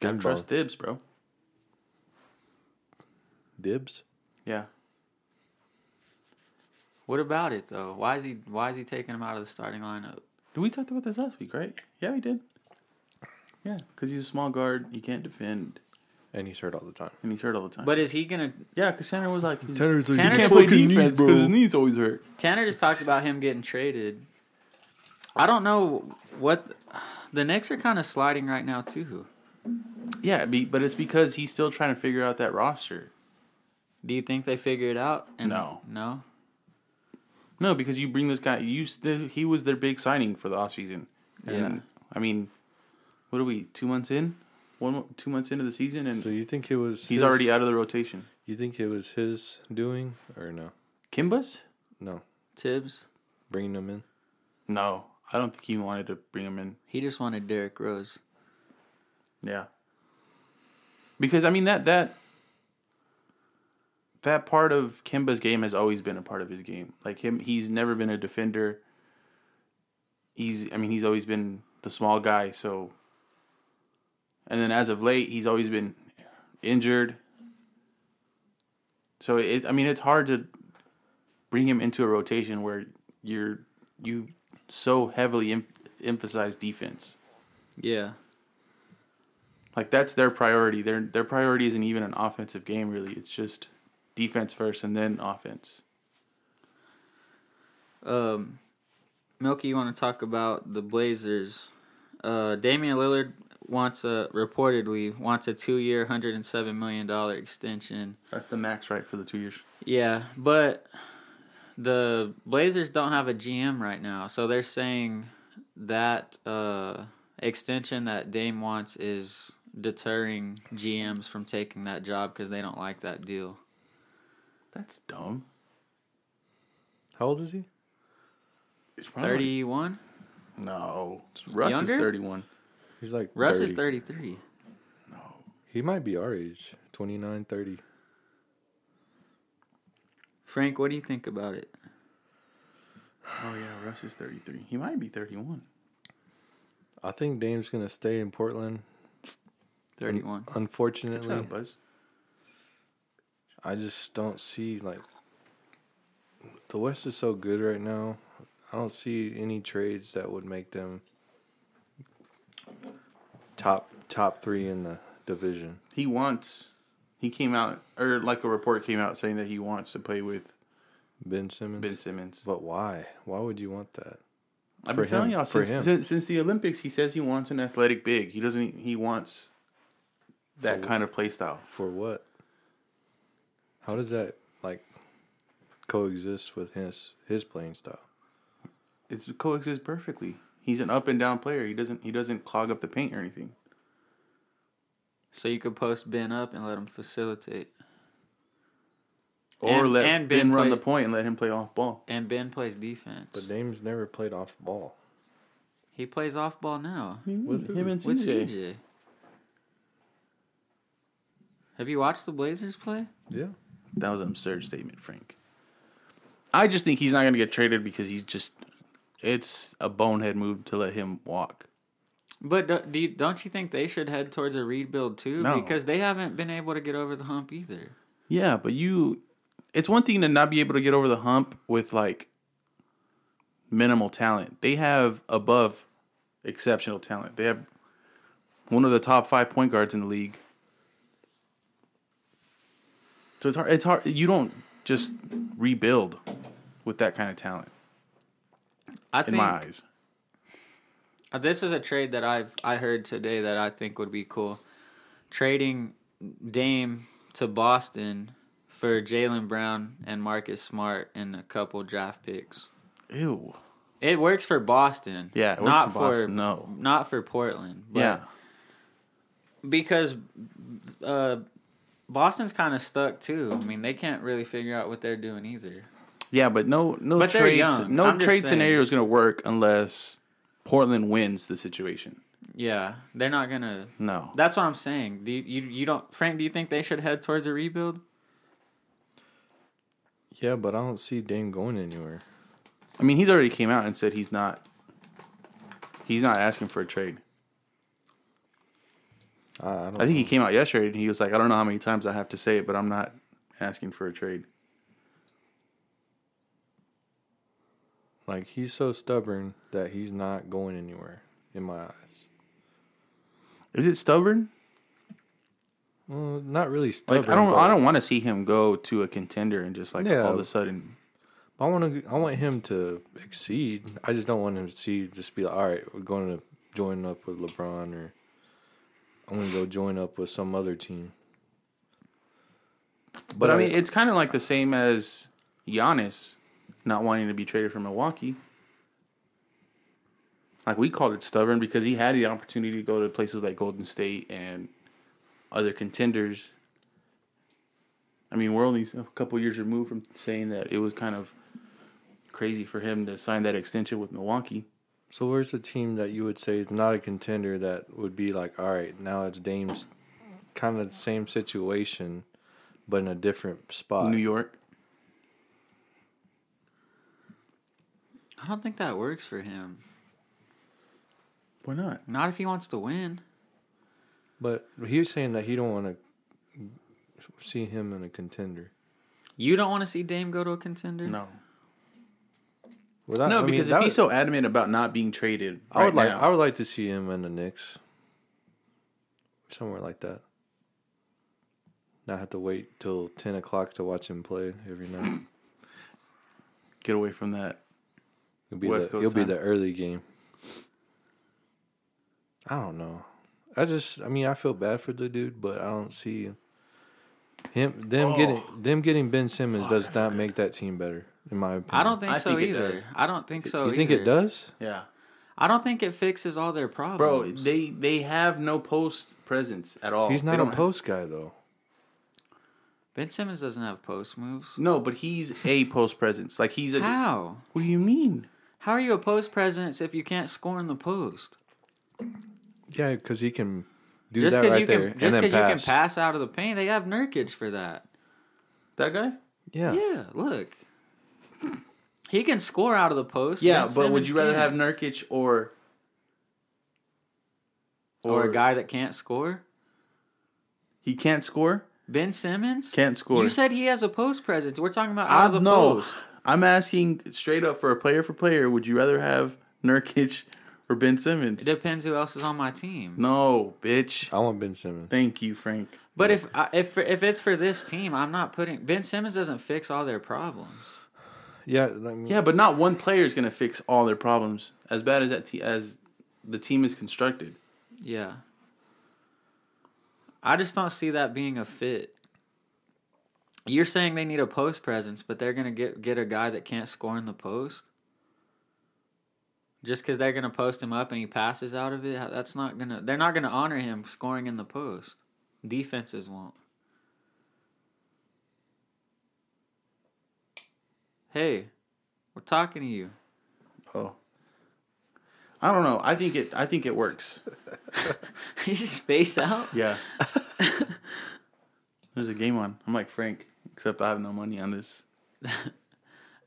Speaker 2: Gotta
Speaker 4: Bing
Speaker 2: trust dibs, bro.
Speaker 4: Dibs.
Speaker 2: Yeah.
Speaker 3: What about it though? Why is he Why is he taking him out of the starting lineup?
Speaker 2: Did we talked about this last week, right? Yeah, we did. Yeah, because he's a small guard, he can't defend,
Speaker 4: And he's hurt all the time.
Speaker 2: and he's hurt all the time.
Speaker 3: But is he gonna?
Speaker 2: yeah, because Tanner was like, he's-
Speaker 4: like,
Speaker 3: Tanner
Speaker 2: he can't
Speaker 3: just-
Speaker 2: play
Speaker 4: fucking
Speaker 2: defense
Speaker 4: knees, bro.
Speaker 2: because his knees always hurt.
Speaker 3: Tanner just talked about him getting traded. I don't know what the Knicks are kind of sliding right now too.
Speaker 2: Yeah, it'd be, but it's because he's still trying to figure out that roster.
Speaker 3: Do you think they figure it out? And
Speaker 2: No.
Speaker 3: no.
Speaker 2: No, because you bring this guy. You st- he was their big signing for the offseason. And,
Speaker 3: Yeah.
Speaker 2: I mean, what are we? Two months in, one mo- two months into the season, and
Speaker 4: So you think it was?
Speaker 2: he's
Speaker 4: his-
Speaker 2: already out of the rotation.
Speaker 4: You think it was his doing or no?
Speaker 2: Kimba's?
Speaker 4: No,
Speaker 3: Tibbs.
Speaker 4: bringing him in.
Speaker 2: No, I don't think he wanted to bring him in.
Speaker 3: He just wanted Derrick Rose.
Speaker 2: Yeah. Because I mean that that that part of Kimba's game has always been a part of his game. Like him he's never been a defender. He's I mean he's always been the small guy, so and then as of late he's always been injured. So it I mean it's hard to bring him into a rotation where you're you so heavily em- emphasize defense.
Speaker 3: Yeah.
Speaker 2: Like that's their priority. Their their priority isn't even an offensive game really. It's just defense first and then offense.
Speaker 3: Um, Milky, you want to talk about the Blazers? Uh, Damian Lillard wants a reportedly wants a two year, hundred and seven million dollar extension.
Speaker 2: That's the max right for the two years.
Speaker 3: Yeah, but the Blazers don't have a GM right now, so they're saying that uh, extension that Dame wants is deterring GMs from taking that job because they don't like that deal.
Speaker 2: That's dumb.
Speaker 4: How old is he?
Speaker 2: It's probably
Speaker 3: Thirty one.
Speaker 2: No, Russ
Speaker 3: Younger?
Speaker 2: is thirty one.
Speaker 4: He's like
Speaker 3: Russ
Speaker 4: 30.
Speaker 3: is thirty three.
Speaker 4: He might be our age, 29, 30.
Speaker 3: Frank, what do you think about it?
Speaker 2: Oh yeah, Russ is thirty three. He might be thirty one.
Speaker 4: I think Dame's gonna stay in Portland.
Speaker 3: Thirty one.
Speaker 4: Unfortunately,
Speaker 2: Buzz.
Speaker 4: I just don't see like the West is so good right now. I don't see any trades that would make them top top three in the division.
Speaker 2: He wants. He came out or like a report came out saying that he wants to play with
Speaker 4: Ben Simmons.
Speaker 2: Ben Simmons.
Speaker 4: But why? Why would you want that?
Speaker 2: I've
Speaker 4: for
Speaker 2: been telling
Speaker 4: him-
Speaker 2: y'all
Speaker 4: for
Speaker 2: since,
Speaker 4: him.
Speaker 2: since since the Olympics, he says he wants an athletic big. He doesn't. He wants that kind of play style.
Speaker 4: For what? How does that like coexist with his his playing style?
Speaker 2: it's coexists perfectly. He's an up and down player. He doesn't he doesn't clog up the paint or anything.
Speaker 3: So you could post Ben up and let him facilitate.
Speaker 2: Or
Speaker 3: And-
Speaker 2: let
Speaker 3: and
Speaker 2: Ben,
Speaker 3: Ben
Speaker 2: run
Speaker 3: play-
Speaker 2: the point and let him play off ball.
Speaker 3: And Ben plays defense.
Speaker 4: But Dame's never played off ball.
Speaker 3: he plays off ball now
Speaker 2: With him and
Speaker 3: with
Speaker 2: CJ.
Speaker 3: CJ. Have you watched the Blazers play?
Speaker 4: Yeah.
Speaker 2: That was an absurd statement, Frank. I just think he's not going to get traded because he's just it's a bonehead move to let him walk.
Speaker 3: But do, do you, don't you think they should head towards a rebuild too?
Speaker 2: No.
Speaker 3: Because they haven't been able to get over the hump either.
Speaker 2: Yeah, but you, it's one thing to not be able to get over the hump with like minimal talent. They have above exceptional talent. They have one of the top five point guards in the league. So it's hard. It's hard. You don't just rebuild with that kind of talent,
Speaker 3: I
Speaker 2: in
Speaker 3: think
Speaker 2: my eyes.
Speaker 3: Uh, This is a trade that I've I heard today that I think would be cool. Trading Dame to Boston for Jalen Brown and Marcus Smart and a couple draft picks.
Speaker 2: Ew.
Speaker 3: It works for Boston.
Speaker 2: Yeah, it works
Speaker 3: not
Speaker 2: for
Speaker 3: for,
Speaker 2: Boston, no.
Speaker 3: not for Portland. but-
Speaker 2: yeah.
Speaker 3: because uh, Boston's kind of stuck too. I mean, they can't really figure out what they're doing either.
Speaker 2: Yeah, but no, no
Speaker 3: But they're
Speaker 2: trade,
Speaker 3: young.
Speaker 2: no
Speaker 3: I'm just
Speaker 2: trade
Speaker 3: saying.
Speaker 2: scenario is going to work unless Portland wins the situation.
Speaker 3: Yeah, they're not gonna.
Speaker 2: No,
Speaker 3: That's what I'm saying. Do you, you you don't Frank? Do you think they should head towards a rebuild?
Speaker 4: Yeah, but I don't see Dame going anywhere.
Speaker 2: I mean he's already came out and said he's not. He's not asking for a trade.
Speaker 4: I, I don't.
Speaker 2: I think he came out yesterday and he was like, I don't know how many times I have to say it, but I'm not asking for a trade.
Speaker 4: like he's so stubborn that he's not going anywhere in my eyes.
Speaker 2: Is it stubborn?
Speaker 4: Well, not really stubborn.
Speaker 2: Like I don't,
Speaker 4: but
Speaker 2: I don't want to see him go to a contender and just like
Speaker 4: Yeah.
Speaker 2: all of a sudden.
Speaker 4: I want to. I want him to exceed. I just don't want him to see just be like, all right, we're going to join up with LeBron, or I'm going to go join up with some other team.
Speaker 2: But, I mean, it's kind of like the same as Giannis not wanting to be traded from Milwaukee. Like we called it stubborn because he had the opportunity to go to places like Golden State and other contenders. I mean, we're only a couple years removed from saying that it was kind of crazy for him to sign that extension with Milwaukee.
Speaker 4: So where's the team that you would say is not a contender that would be like, all right, now it's Dame's kind of the same situation, but in a different spot.
Speaker 2: New York.
Speaker 3: I don't think that works for him.
Speaker 2: Why not?
Speaker 3: Not if he wants to win.
Speaker 4: But he was saying that he don't want to see him in a contender.
Speaker 3: You don't want to see Dame go to a contender.
Speaker 2: No.
Speaker 4: Well, that-
Speaker 2: No,
Speaker 4: I mean,
Speaker 2: because
Speaker 4: that
Speaker 2: if he's
Speaker 4: would-
Speaker 2: so adamant about not being traded,
Speaker 4: I would like
Speaker 2: right now-
Speaker 4: I would like to see him in the Knicks, somewhere like that. Not have to wait till ten o'clock to watch him play every night.
Speaker 2: get away from that.
Speaker 4: It'll be the,
Speaker 2: West Coast
Speaker 4: it'll be
Speaker 2: time.
Speaker 4: the early game. I don't know. I just I mean I feel bad for the dude, but I don't see him them
Speaker 2: Oh.
Speaker 4: getting them getting Ben Simmons does not make that team better in my opinion.
Speaker 3: I don't think
Speaker 2: I
Speaker 3: so
Speaker 2: think it
Speaker 3: either.
Speaker 2: does.
Speaker 3: I don't think so.
Speaker 4: You think
Speaker 3: either.
Speaker 4: it does?
Speaker 2: Yeah.
Speaker 3: I don't think it fixes all their problems,
Speaker 2: Bro, they they have no post presence at all.
Speaker 4: He's
Speaker 2: Oh, They
Speaker 4: not a
Speaker 2: don't have-
Speaker 4: post guy though.
Speaker 3: Ben Simmons doesn't have post moves.
Speaker 2: no, but he's a post presence. Like he's a.
Speaker 3: How?
Speaker 2: What do you mean?
Speaker 3: How are you a post presence if you can't score in the post?
Speaker 4: Yeah, because he can do
Speaker 3: just
Speaker 4: that
Speaker 3: because
Speaker 4: right
Speaker 3: you
Speaker 4: there
Speaker 3: can,
Speaker 4: and
Speaker 3: just
Speaker 4: then
Speaker 3: because you
Speaker 4: pass.
Speaker 3: can pass out of the paint, they have Nurkic for that.
Speaker 2: That guy?
Speaker 4: Yeah.
Speaker 3: Yeah, look, he can score out of the post.
Speaker 2: Yeah,
Speaker 3: Ben
Speaker 2: but would
Speaker 3: Simmons
Speaker 2: you rather have
Speaker 3: can't.
Speaker 2: Nurkic or
Speaker 3: or a guy that can't score?
Speaker 2: he can't score?
Speaker 3: Ben Simmons
Speaker 2: Can't score.
Speaker 3: You said he has a post presence. We're talking about out
Speaker 2: I
Speaker 3: of the
Speaker 2: know.
Speaker 3: post.
Speaker 2: I'm asking straight up for a player for player. Would you rather have Nurkic or Ben Simmons?
Speaker 3: It depends who else is on my team.
Speaker 2: No, bitch.
Speaker 4: I want Ben Simmons.
Speaker 2: Thank you, Frank.
Speaker 3: But if I- if if it's for this team, I'm not putting Ben Simmons doesn't fix all their problems.
Speaker 4: Yeah, I mean,
Speaker 2: Yeah, but not one player is going to fix all their problems. As bad as that te- as the team is constructed.
Speaker 3: Yeah. I just don't see that being a fit. You're saying they need a post presence, but they're gonna get get a guy that can't score in the post. Just because they're gonna post him up and he passes out of it, that's not gonna. They're not gonna honor him scoring in the post. Defenses won't. Hey, we're talking to you.
Speaker 2: Oh. I don't know. I think it I think it works.
Speaker 3: you just space out.
Speaker 2: Yeah. There's a game on. I'm like Frank, except I have no money on this.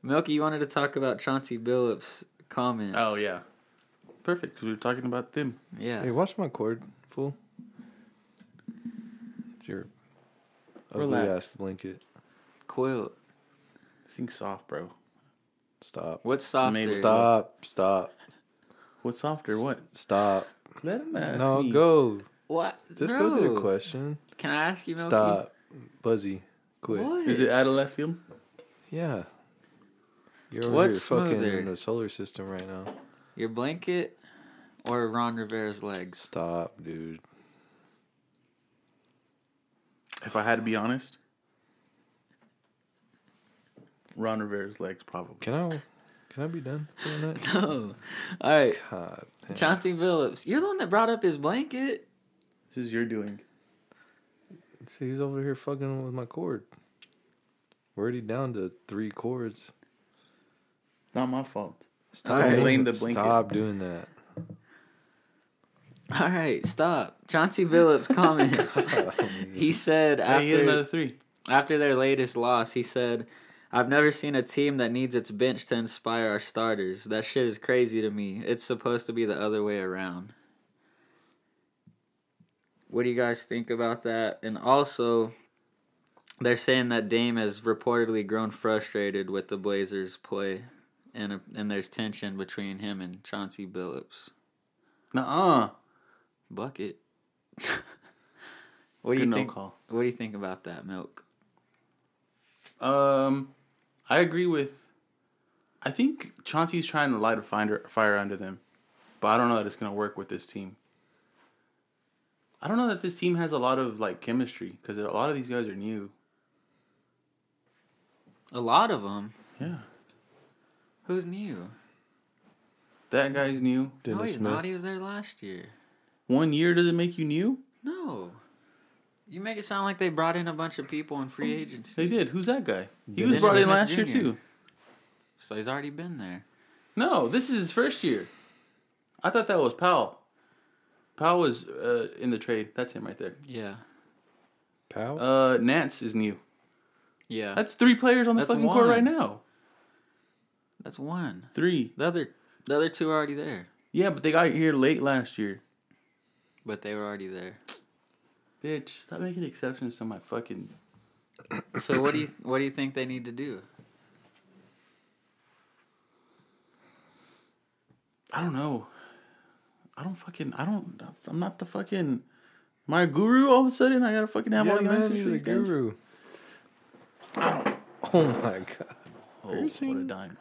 Speaker 3: Milky, you wanted to talk about Chauncey Billups' comments.
Speaker 2: Oh, yeah. Perfect, because we were talking about them.
Speaker 3: Yeah.
Speaker 4: Hey, watch my cord, fool. It's your Ugly
Speaker 2: Relax.
Speaker 4: ass blanket.
Speaker 3: Quilt.
Speaker 2: Sing soft, bro.
Speaker 4: Stop.
Speaker 3: What's softer?
Speaker 2: Maybe.
Speaker 4: Stop. Stop.
Speaker 2: What softer? What?
Speaker 4: Stop.
Speaker 2: Let him ask
Speaker 4: no,
Speaker 2: me.
Speaker 4: go.
Speaker 3: What?
Speaker 4: Just go to the
Speaker 3: Bro,
Speaker 4: question.
Speaker 3: Can I ask you, Milky?
Speaker 4: Stop. Buzzy. Quit.
Speaker 3: What?
Speaker 2: Is it out of left field?
Speaker 4: Yeah. You're over
Speaker 3: What's
Speaker 4: here fucking
Speaker 3: smoother?
Speaker 4: in the solar system right now.
Speaker 3: Your blanket or Ron Rivera's legs?
Speaker 4: Stop, dude.
Speaker 2: If I had to be honest, Ron Rivera's legs probably.
Speaker 4: Can I can I be done for the night?
Speaker 3: Oh. All right.
Speaker 4: God damn.
Speaker 3: Chauncey Phillips. You're the one that brought up his blanket.
Speaker 2: This is your doing.
Speaker 4: See, he's over here fucking with my cord. We're already down to three cords.
Speaker 2: Not my fault.
Speaker 4: Stop
Speaker 3: Alright.
Speaker 4: doing
Speaker 2: Blame
Speaker 4: that.
Speaker 2: the blanket.
Speaker 4: Stop doing that.
Speaker 3: All right, stop. Chauncey Phillips comments.
Speaker 4: Oh,
Speaker 3: he said
Speaker 2: Hey, he had
Speaker 3: after
Speaker 2: another three.
Speaker 3: after their latest loss, he said, "I've never seen a team that needs its bench to inspire our starters. That shit is crazy to me. It's supposed to be the other way around." What do you guys think about that? And also, they're saying that Dame has reportedly grown frustrated with the Blazers' play, and and there's tension between him and Chauncey Billups.
Speaker 2: Nuh-uh.
Speaker 3: Bucket. what do
Speaker 2: Good
Speaker 3: you
Speaker 2: no
Speaker 3: think?
Speaker 2: call.
Speaker 3: What do you think about that milk?
Speaker 2: Um, I agree with. I think Chauncey's trying to light a finder, fire under them, but I don't know that it's gonna work with this team. I don't know that this team has a lot of like chemistry because a lot of these guys are new.
Speaker 3: A lot of them.
Speaker 2: Yeah,
Speaker 3: Who's new?
Speaker 2: that guy's new.
Speaker 3: no,
Speaker 4: Dennis
Speaker 3: he's
Speaker 4: Smith.
Speaker 3: not. He was there last year.
Speaker 2: One year doesn't make you new.
Speaker 3: No. You make it sound like they brought in a bunch of people in free agency.
Speaker 2: They did. Who's that guy? He
Speaker 3: Dennis
Speaker 2: was brought in
Speaker 3: Smith
Speaker 2: last year
Speaker 3: Jr..
Speaker 2: too.
Speaker 3: So he's already been there.
Speaker 2: No, this is his first year. I thought that was Powell. Powell was uh, in the trade. That's him right there.
Speaker 3: Yeah.
Speaker 4: Pal?
Speaker 2: Uh, Nance is new.
Speaker 3: Yeah. That's,
Speaker 2: That's three players on the
Speaker 3: That's
Speaker 2: fucking court
Speaker 3: one.
Speaker 2: right now.
Speaker 3: one.
Speaker 2: Three.
Speaker 3: The other the other two are already there.
Speaker 2: Yeah, but they got here late last year.
Speaker 3: But they were already there.
Speaker 2: Bitch, stop making exceptions to my fucking.
Speaker 3: So what do you what do you think they need to do?
Speaker 2: I don't know. I don't fucking. I don't. I'm not the fucking. My guru. All of a sudden, I gotta fucking have all
Speaker 4: yeah,
Speaker 2: the
Speaker 4: man,
Speaker 2: answers
Speaker 4: you're
Speaker 2: for
Speaker 4: the
Speaker 2: these guys.
Speaker 4: guru. Oh my god.
Speaker 2: Oh, what a dime.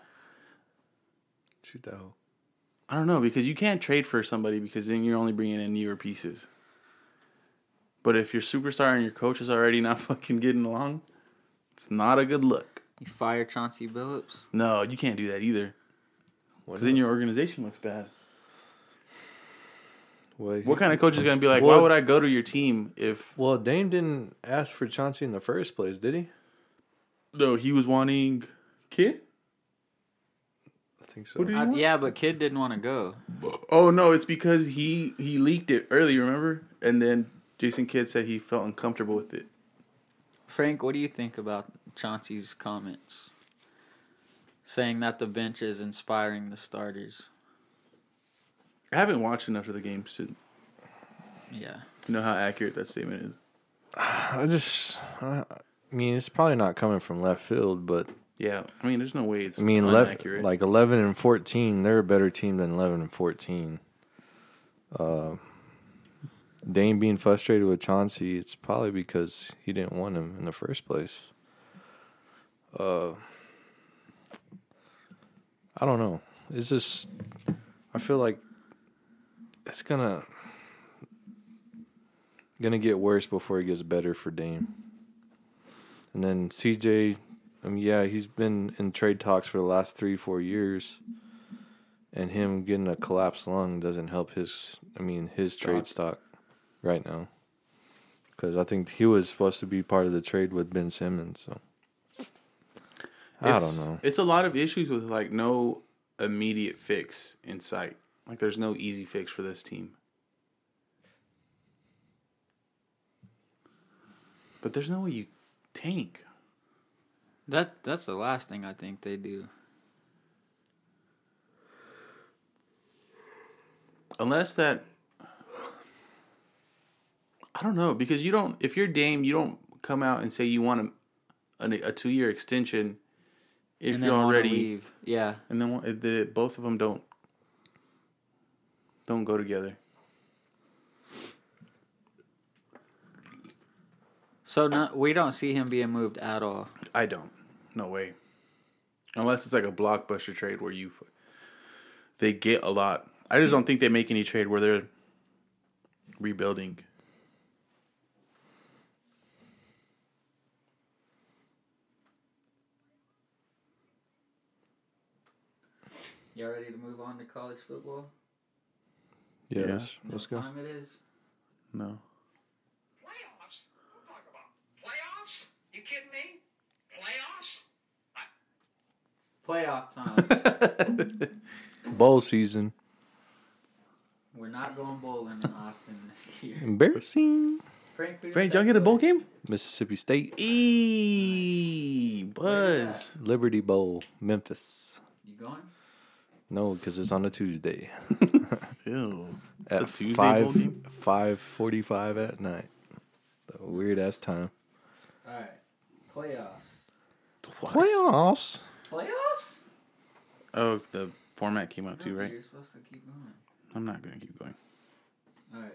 Speaker 4: Shoot that hole.
Speaker 2: I don't know because you can't trade for somebody because then you're only bringing in newer pieces. But if your superstar and your coach is already not fucking getting along, it's not a good look.
Speaker 3: You fire Chauncey Billups?
Speaker 2: No, you can't do that either
Speaker 4: What,
Speaker 2: because then your organization looks bad.
Speaker 4: what,
Speaker 2: What kind of coach is going to be like, why
Speaker 4: Well-
Speaker 2: would I go to your team if
Speaker 4: Well, Dame didn't ask for Chauncey in the first place, did he?
Speaker 2: no, he was wanting kid?
Speaker 4: I think so.
Speaker 2: What do you-
Speaker 3: I,
Speaker 2: want?
Speaker 3: Uh, yeah, but kid didn't want to go.
Speaker 2: Oh no, it's because he he leaked it early, remember? And then Jason Kidd said he felt uncomfortable with it.
Speaker 3: Frank, what do you think about Chauncey's comments? Saying that the bench is inspiring the starters.
Speaker 2: I haven't watched enough of the games to
Speaker 3: Yeah.
Speaker 2: know how accurate that statement is.
Speaker 4: I just, I, I mean, it's probably not coming from left field, but
Speaker 2: Yeah, I mean, there's no way it's
Speaker 4: I mean, le-
Speaker 2: inaccurate.
Speaker 4: like eleven and fourteen, they're a better team than eleven and fourteen. Uh, Dame being frustrated with Chauncey, it's probably because he didn't want him in the first place. Uh, I don't know. It's just, I feel like it's gonna gonna get worse before it gets better for Dame. And then CJ I mean, yeah, he's been in trade talks for the last three, four years, and him getting a collapsed lung doesn't help his. I mean, his trade stock right now, because I think he was supposed to be part of the trade with Ben Simmons. So I don't
Speaker 2: It's-
Speaker 4: know.
Speaker 2: It's a lot of issues with like no immediate fix in sight. Like there's no easy fix for this team. But there's no way you tank.
Speaker 3: That that's the last thing I think they do.
Speaker 2: unless that I don't know because you don't if you're Dame you don't come out and say you want a, an- a two year extension if
Speaker 3: and
Speaker 2: you're
Speaker 3: then wanna
Speaker 2: already
Speaker 3: leave. yeah.
Speaker 2: and then one- the, both of them don't don't go together.
Speaker 3: So no, we don't see him being moved at all.
Speaker 2: I don't. No way. Unless it's like a blockbuster trade where you they get a lot. I just don't think they make any trade where they're rebuilding.
Speaker 3: Y'all ready to move on to college football?
Speaker 4: Yes. Let's
Speaker 3: What
Speaker 4: go.
Speaker 3: Time it is.
Speaker 2: No.
Speaker 5: Playoffs? What are you talking about? Playoffs? You kidding me? Playoffs?
Speaker 3: Playoff time.
Speaker 4: Bowl season.
Speaker 3: We're not going bowling in Austin this year.
Speaker 4: Embarrassing.
Speaker 3: Frank, who does
Speaker 2: Frank,
Speaker 3: that
Speaker 2: y'all get a bowl
Speaker 3: play?
Speaker 2: game?
Speaker 4: Mississippi State.
Speaker 2: Eee, buzz.
Speaker 4: Liberty Bowl. Memphis.
Speaker 3: You going?
Speaker 4: No, because it's on a Tuesday.
Speaker 2: Ew.
Speaker 4: At
Speaker 2: The Tuesday bowl
Speaker 4: five
Speaker 2: game?
Speaker 4: five forty five at night. The weird ass time.
Speaker 3: All right. Playoffs.
Speaker 4: Playoffs.
Speaker 3: Playoffs?
Speaker 2: Oh, the format came out too, right?
Speaker 3: You're supposed to keep going.
Speaker 2: I'm not gonna keep going.
Speaker 3: All right.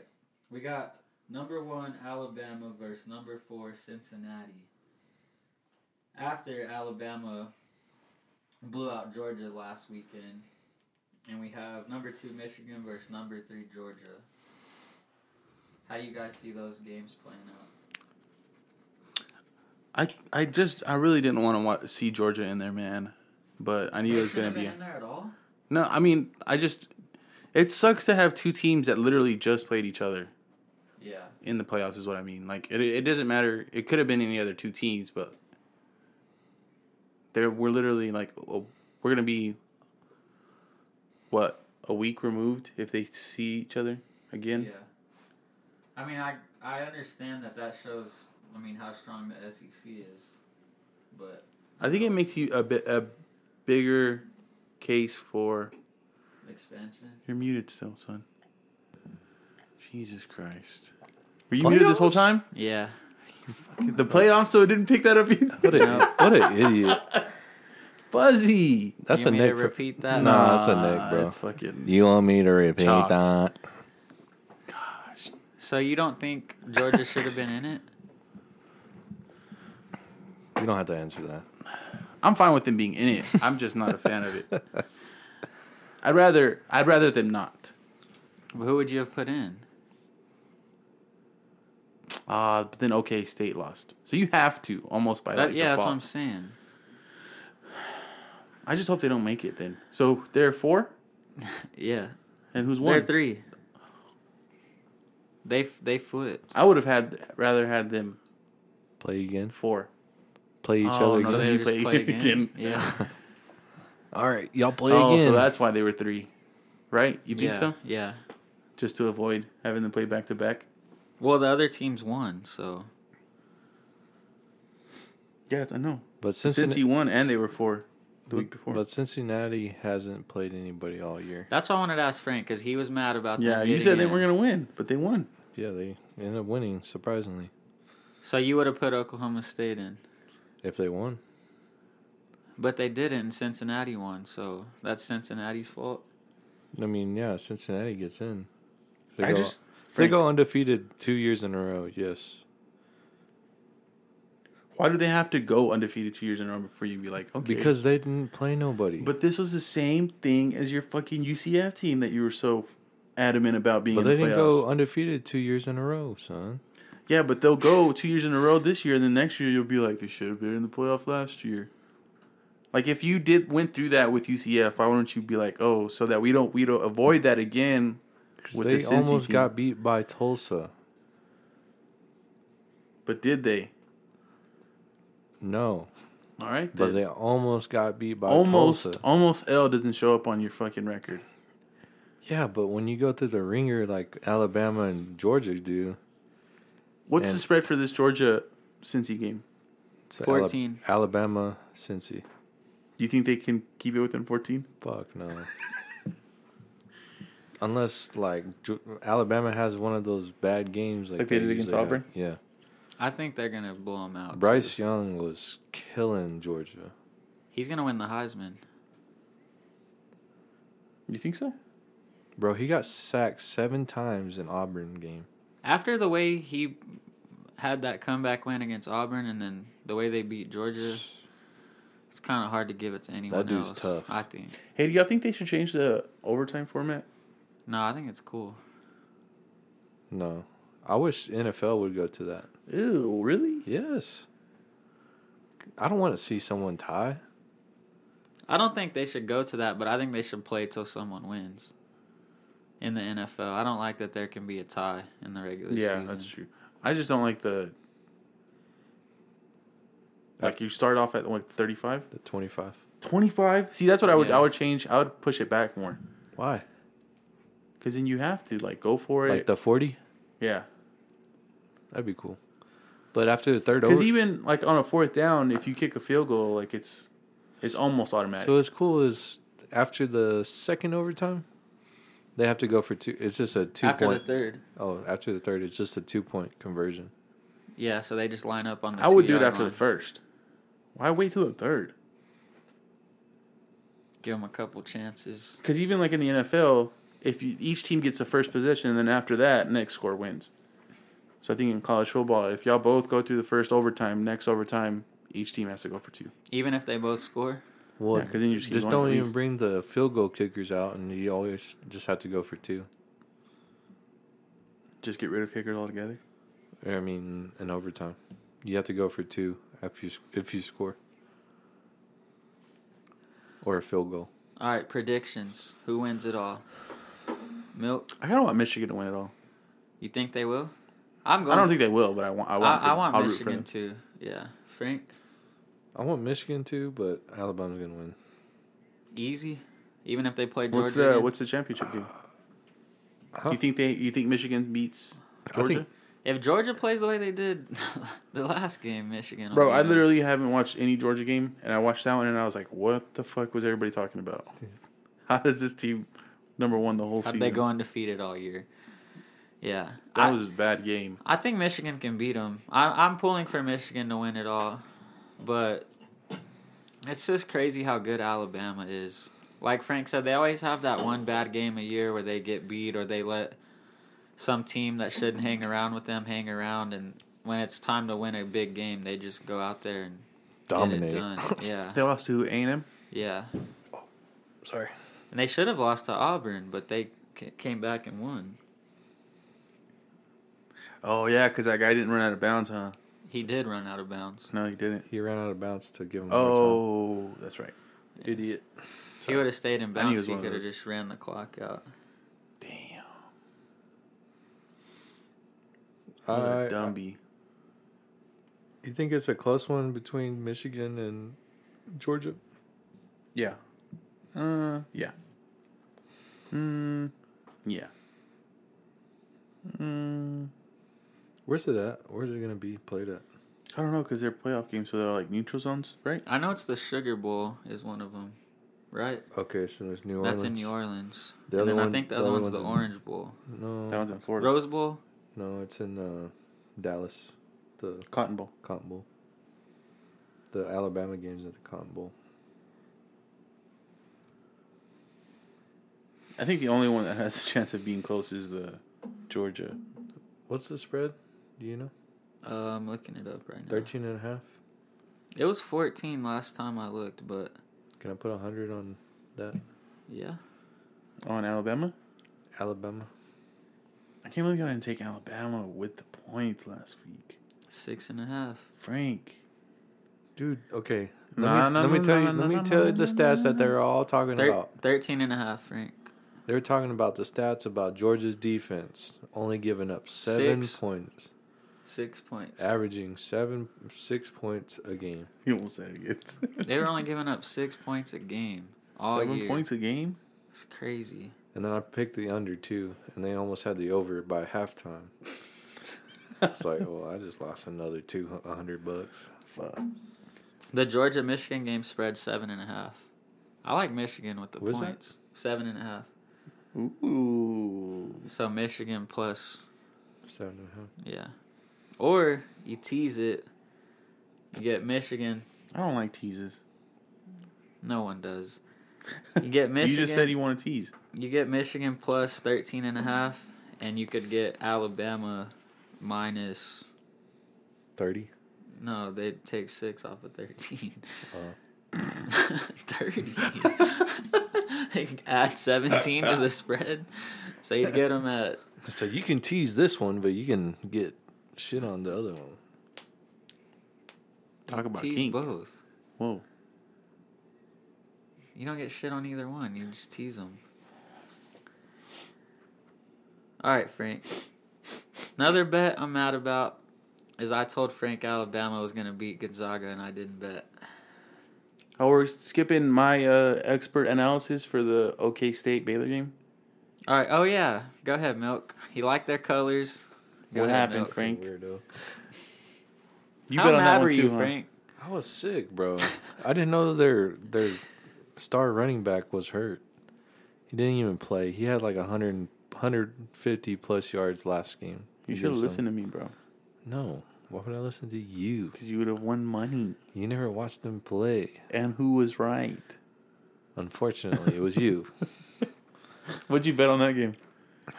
Speaker 3: We got number one Alabama versus number four Cincinnati. After Alabama blew out Georgia last weekend, and we have number two Michigan versus number three Georgia. How do you guys see those games playing out?
Speaker 2: I I just I really didn't want to wa see Georgia in there, man. But I knew it was gonna
Speaker 3: Shouldn't have
Speaker 2: be.
Speaker 3: been in there at all.
Speaker 2: No, I mean I just. It sucks to have two teams that literally just played each other
Speaker 3: Yeah.
Speaker 2: in the playoffs. Is what I mean. Like it, it doesn't matter. It could have been any other two teams, but there we're literally like oh, we're gonna be what a week removed if they see each other again.
Speaker 3: Yeah. I mean, I I understand that that shows. I mean, how strong the SEC is, but
Speaker 2: I think it makes you a bit a bigger case for
Speaker 3: expansion.
Speaker 2: You're muted still, son. Jesus Christ. Were you muted this whole
Speaker 4: Playoffs?
Speaker 2: time?
Speaker 3: Yeah.
Speaker 2: The playoffs, so it didn't pick that up
Speaker 4: What
Speaker 2: either.
Speaker 4: a what an idiot.
Speaker 2: Fuzzy.
Speaker 4: That's
Speaker 3: you
Speaker 4: a
Speaker 3: want me
Speaker 4: Nick.
Speaker 3: to
Speaker 4: for-
Speaker 3: repeat that?
Speaker 4: Nah, that's a Nick, bro.
Speaker 2: That's fucking.
Speaker 4: You want me to repeat
Speaker 2: Chopped.
Speaker 4: that?
Speaker 3: So you don't think Georgia should have been in it?
Speaker 4: You don't have to answer that.
Speaker 2: I'm fine with them being in it. I'm just not a fan of it. I'd rather. I'd rather them not.
Speaker 3: Who would you have put in?
Speaker 2: Ah, but then okay, state lost. So you have to almost by
Speaker 3: That-
Speaker 2: like
Speaker 3: yeah, that's
Speaker 2: default.
Speaker 3: what I'm saying.
Speaker 2: I just hope they don't make it then. So there are four,
Speaker 3: Yeah,
Speaker 2: and who's
Speaker 3: they're
Speaker 2: one?
Speaker 3: three. They f- they flipped.
Speaker 2: I would have had rather had them
Speaker 4: Play again.
Speaker 2: four.
Speaker 4: Play each other
Speaker 2: Oh, no,
Speaker 4: again.
Speaker 3: So
Speaker 2: then
Speaker 3: they
Speaker 2: you
Speaker 3: just
Speaker 2: play
Speaker 3: play, again.
Speaker 2: again.
Speaker 3: Yeah,
Speaker 4: All right, y'all play
Speaker 2: Oh,
Speaker 4: again.
Speaker 2: so that's why they were three, right? You think
Speaker 3: yeah,
Speaker 2: so?
Speaker 3: yeah.
Speaker 2: just to avoid having them play back to back.
Speaker 3: Well, the other teams won, so
Speaker 2: Yeah, I know.
Speaker 4: but
Speaker 2: Since he
Speaker 4: Cincinnati,
Speaker 2: won, and they were four the week before.
Speaker 4: but Cincinnati hasn't played anybody all year.
Speaker 3: that's why I wanted to ask Frank because he was mad about. them
Speaker 2: yeah, you
Speaker 3: getting
Speaker 2: said they
Speaker 3: in.
Speaker 2: were gonna win, but they won.
Speaker 4: Yeah, they ended up winning surprisingly.
Speaker 3: So you would have put Oklahoma State in,
Speaker 4: If they won,
Speaker 3: but they didn't. and Cincinnati won, so that's Cincinnati's fault.
Speaker 4: I mean, yeah, Cincinnati gets in. If they
Speaker 2: I
Speaker 4: go,
Speaker 2: just
Speaker 4: if they
Speaker 2: Frank,
Speaker 4: go undefeated two years in a row. Yes,
Speaker 2: why do they have to go undefeated two years in a row before you be like okay?
Speaker 4: because they didn't play nobody.
Speaker 2: but this was the same thing as your fucking UCF team that you were so adamant about being.
Speaker 4: But
Speaker 2: in
Speaker 4: they
Speaker 2: the
Speaker 4: didn't
Speaker 2: playoffs.
Speaker 4: go uh, undefeated two years in a row, son.
Speaker 2: Yeah, but they'll go two years in a row this year, and then next year you'll be like, they should have been in the playoff last year. Like if you did went through that with UCF, why wouldn't you be like, oh, so that we don't we don't avoid that again?
Speaker 4: 'Cause
Speaker 2: With
Speaker 4: they
Speaker 2: the Cincy
Speaker 4: almost
Speaker 2: team.
Speaker 4: got beat by Tulsa.
Speaker 2: But did they?
Speaker 4: No,
Speaker 2: All right,
Speaker 4: but
Speaker 2: then.
Speaker 4: they almost got beat by
Speaker 2: almost
Speaker 4: Tulsa.
Speaker 2: almost L doesn't show up on your fucking record.
Speaker 4: Yeah, but when you go through the ringer like Alabama and Georgia do,
Speaker 2: What's
Speaker 4: Yeah.
Speaker 2: the spread for this Georgia Cincy game?
Speaker 4: it's Ala-
Speaker 3: 14.
Speaker 4: Alabama, Cincy.
Speaker 2: Do you think they can keep it within 14?
Speaker 4: Fuck no. Unless like Ge- Alabama has one of those bad games like,
Speaker 2: Like they did
Speaker 4: usually
Speaker 2: against
Speaker 4: have.
Speaker 2: Auburn?
Speaker 4: Yeah,
Speaker 3: I think they're gonna blow him out.
Speaker 4: Bryce
Speaker 3: too.
Speaker 4: Young was killing Georgia.
Speaker 3: He's gonna win the Heisman.
Speaker 2: You think so?
Speaker 4: Bro, he got sacked seven times in Auburn game.
Speaker 3: After the way he had that comeback win against Auburn, and then the way they beat Georgia, it's kind of hard to give it to anyone
Speaker 4: dude's
Speaker 3: else.
Speaker 4: tough.
Speaker 3: I think.
Speaker 2: Hey, do y'all think they should change the overtime format?
Speaker 3: No, I think it's cool.
Speaker 4: No. I wish NFL would go to that.
Speaker 2: Ew, really?
Speaker 4: Yes. I don't want to see someone tie.
Speaker 3: I don't think they should go to that, but I think they should play till someone wins. In the NFL, I don't like that there can be a tie in the regular
Speaker 2: yeah,
Speaker 3: season.
Speaker 2: that's true. I just don't like the. Like you start off at like 35?
Speaker 4: The 25.
Speaker 2: 25? See, that's what I would
Speaker 3: Yeah.
Speaker 2: I would change. I would push it back more.
Speaker 4: Why?
Speaker 2: Cuz then you have to like go for it.
Speaker 4: Like the 40?
Speaker 2: yeah.
Speaker 4: That'd be cool. But after the third
Speaker 2: Cuz
Speaker 4: over.
Speaker 2: even like on a fourth down, if you kick a field goal, like it's it's almost automatic.
Speaker 4: so what's cool is after the second overtime, they have to go for two. It's just a two
Speaker 3: After
Speaker 4: point.
Speaker 3: the third,
Speaker 4: oh, after the third, it's just a two point conversion.
Speaker 3: yeah. So they just line up on the.
Speaker 2: I would do it
Speaker 3: two-yard
Speaker 2: after the
Speaker 3: line.
Speaker 2: first. Why wait till the third?
Speaker 3: Give them a couple chances.
Speaker 2: Because even like in the NFL, if you, each team gets the first possession, and then after that, next score wins. So I think in college football, if y'all both go through the first overtime, next overtime, each team has to go for two.
Speaker 3: Even if they both score,
Speaker 4: Well,
Speaker 2: Yeah, 'cause then you just keep going
Speaker 4: don't
Speaker 2: at
Speaker 4: even
Speaker 2: least.
Speaker 4: bring the field goal kickers out, and you always just have to go for two.
Speaker 2: Just get rid of kickers altogether.
Speaker 4: Or, I mean, in overtime, you have to go for two if you s- if you score, or a field goal.
Speaker 3: all right. Predictions: Who wins it all? Milk.
Speaker 2: I kind of want Michigan to win it all.
Speaker 3: You think they will? I'm going.
Speaker 2: I don't think they will, but I want. I
Speaker 3: I,
Speaker 2: want.
Speaker 3: I
Speaker 2: them.
Speaker 3: want
Speaker 2: I'll root for
Speaker 3: Michigan
Speaker 2: them.
Speaker 3: to. Yeah, Frank.
Speaker 4: I want Michigan to, but Alabama's gonna win.
Speaker 3: Easy. Even if they play Georgia.
Speaker 2: What's the
Speaker 3: again.
Speaker 2: What's the championship game?
Speaker 4: Huh?
Speaker 2: You think they? You think Michigan beats
Speaker 4: I
Speaker 2: Georgia?
Speaker 4: think-
Speaker 3: If Georgia plays the way they did the last game, Michigan. will
Speaker 2: Bro,
Speaker 3: beat
Speaker 2: I
Speaker 3: them.
Speaker 2: literally haven't watched any Georgia game, and I watched that one, and I was like, "What the fuck was everybody talking about? How does this team number one the whole
Speaker 3: How'd
Speaker 2: season?
Speaker 3: they go undefeated all year? Yeah,
Speaker 2: That
Speaker 3: I,
Speaker 2: was a bad game.
Speaker 3: I think Michigan can beat them. I, I'm pulling for Michigan to win it all, but it's just crazy how good Alabama is. Like Frank said, they always have that one bad game a year where they get beat or they let some team that shouldn't hang around with them hang around, and when it's time to win a big game, they just go out there and
Speaker 4: Dominate.
Speaker 3: Get it done. Yeah,
Speaker 2: They lost to A&M.
Speaker 3: yeah.
Speaker 4: Sorry.
Speaker 3: And they should have lost to Auburn, but they ca- came back and won.
Speaker 2: Oh yeah, because that guy didn't run out of bounds, huh?
Speaker 3: He did run out of bounds.
Speaker 2: No, he didn't.
Speaker 4: He ran out of bounds to give him. more
Speaker 2: Oh, that's right.
Speaker 4: time. idiot!
Speaker 3: He would have stayed in
Speaker 2: I knew he was
Speaker 3: bounds. He
Speaker 2: one of
Speaker 3: could have
Speaker 2: those.
Speaker 3: just ran the clock out.
Speaker 2: Damn, what a
Speaker 4: I,
Speaker 2: dumby.
Speaker 4: you think it's a close one between Michigan and Georgia?
Speaker 2: Yeah. Uh, yeah. Hmm. Yeah. Hmm.
Speaker 4: Where's it at? Where's it gonna be played at?
Speaker 2: I don't know because they're playoff games, so they're like neutral zones, right?
Speaker 3: I know it's the Sugar Bowl is one of them, right?
Speaker 4: Okay, so it's New Orleans.
Speaker 3: That's in New Orleans.
Speaker 4: The
Speaker 3: and
Speaker 4: other
Speaker 3: then I
Speaker 4: one-
Speaker 3: think the
Speaker 4: the
Speaker 3: other
Speaker 4: other
Speaker 3: one's the
Speaker 4: one's in-
Speaker 3: Orange Bowl.
Speaker 4: No,
Speaker 2: That one's in Florida.
Speaker 3: Rose Bowl?
Speaker 4: No, it's in uh, Dallas, the
Speaker 2: Cotton Bowl.
Speaker 4: Cotton Bowl. The Alabama games at the Cotton Bowl.
Speaker 2: I think the only one that has a chance of being close is the Georgia.
Speaker 4: What's the spread? Do you know?
Speaker 3: Uh, I'm looking it up right now.
Speaker 4: 13 and a half.
Speaker 3: It was 14 last time I looked, but
Speaker 4: Can I put 100 on that?
Speaker 3: yeah.
Speaker 2: On Alabama?
Speaker 4: Alabama.
Speaker 2: I can't believe I didn't take Alabama with the points last week.
Speaker 3: Six and a half.
Speaker 2: Frank.
Speaker 4: Dude, okay. Let
Speaker 2: Nah,
Speaker 4: me,
Speaker 2: nah,
Speaker 4: let me
Speaker 2: nah,
Speaker 4: tell
Speaker 2: nah,
Speaker 4: you
Speaker 2: nah,
Speaker 4: let me
Speaker 2: nah,
Speaker 4: tell you
Speaker 2: nah,
Speaker 4: the
Speaker 2: nah,
Speaker 4: stats that they're all talking
Speaker 3: Thir-
Speaker 4: about.
Speaker 3: 13 and a half, Frank.
Speaker 4: They're talking about the stats about Georgia's defense only giving up 7
Speaker 3: Six.
Speaker 4: points,
Speaker 3: Six points.
Speaker 4: averaging 7 6 points a game.
Speaker 2: You almost said it again.
Speaker 3: They were only giving up six points a game all
Speaker 2: Seven
Speaker 3: year.
Speaker 2: points a game?
Speaker 3: It's crazy.
Speaker 4: And then I picked the under too, and they almost had the over by halftime. it's like, well, I just lost another two hundred bucks.
Speaker 2: Fuck.
Speaker 3: The Georgia Michigan game spread seven and a half. I like Michigan with the
Speaker 4: What is that?
Speaker 3: points. Seven and a half.
Speaker 2: Ooh.
Speaker 3: So Michigan plus
Speaker 4: Seven and a half.
Speaker 3: yeah. Or you tease it, you get Michigan.
Speaker 2: I don't like teases.
Speaker 3: No one does. You get Michigan.
Speaker 2: You just said you want to tease.
Speaker 3: You get Michigan plus 13 and a half, and you could get Alabama minus.
Speaker 4: 30.
Speaker 3: No, they take six off of 13.
Speaker 4: Oh.
Speaker 3: 30. They Add 17 to the spread. So you'd get them at.
Speaker 4: So you can tease this one, but you can get shit on the other one.
Speaker 2: Talk about
Speaker 3: Tease
Speaker 2: kink.
Speaker 3: both.
Speaker 2: Whoa.
Speaker 3: You don't get shit on either one. You just tease them. All right, Frank. Another bet I'm mad about is I told Frank Alabama was going to beat Gonzaga and I didn't bet.
Speaker 2: Oh, we're skipping my uh, expert analysis for the OK State Baylor game.
Speaker 3: All right. Oh yeah. Go ahead, Milk. He liked their colors. Go
Speaker 2: what
Speaker 3: ahead,
Speaker 2: happened,
Speaker 3: Milk.
Speaker 2: Frank?
Speaker 4: Weirdo.
Speaker 2: You
Speaker 3: How
Speaker 2: bet on
Speaker 3: mad
Speaker 2: that one
Speaker 3: were
Speaker 2: too,
Speaker 3: you,
Speaker 2: huh?
Speaker 3: Frank?
Speaker 4: I was sick, bro. I didn't know that their their star running back was hurt. He didn't even play. He had like 100, 150 plus yards last game.
Speaker 2: You
Speaker 4: Against
Speaker 2: should have
Speaker 4: them.
Speaker 2: listened to me, bro,
Speaker 4: No. Why would I listen to you?
Speaker 2: because you would have won money.
Speaker 4: You never watched them play.
Speaker 2: And who was right?
Speaker 4: Unfortunately, it was you.
Speaker 2: What'd you bet on that game?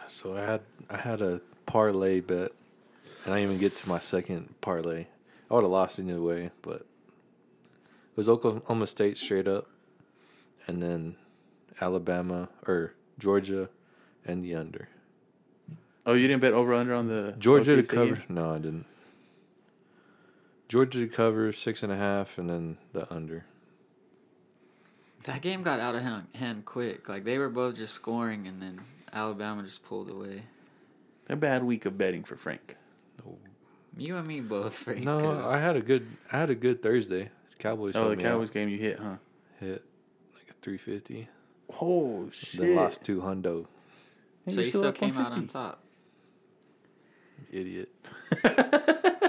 Speaker 4: So I had I had a parlay bet, and I didn't even get to my second parlay. I would have lost either way, but it was Oklahoma State straight up, and then Alabama or Georgia, and the under.
Speaker 2: Oh, you didn't bet over under on the
Speaker 4: Georgia
Speaker 2: OK
Speaker 4: to
Speaker 2: State
Speaker 4: cover?
Speaker 2: game?
Speaker 4: No, I didn't. Georgia to cover six and a half, and then the under.
Speaker 3: That game got out of hand, hand quick. Like they were both just scoring and then Alabama just pulled away.
Speaker 2: A bad week of betting for Frank.
Speaker 3: You and me both, Frank.
Speaker 4: No,
Speaker 3: 'cause
Speaker 4: I had a good I had a good Thursday. Cowboys.
Speaker 2: Oh, the
Speaker 4: helped me out.
Speaker 2: Cowboys game you hit, huh?
Speaker 4: hit like a three fifty.
Speaker 2: Oh shit!
Speaker 4: They lost two hundo.
Speaker 3: so you still came out on top.
Speaker 4: Idiot.
Speaker 2: top.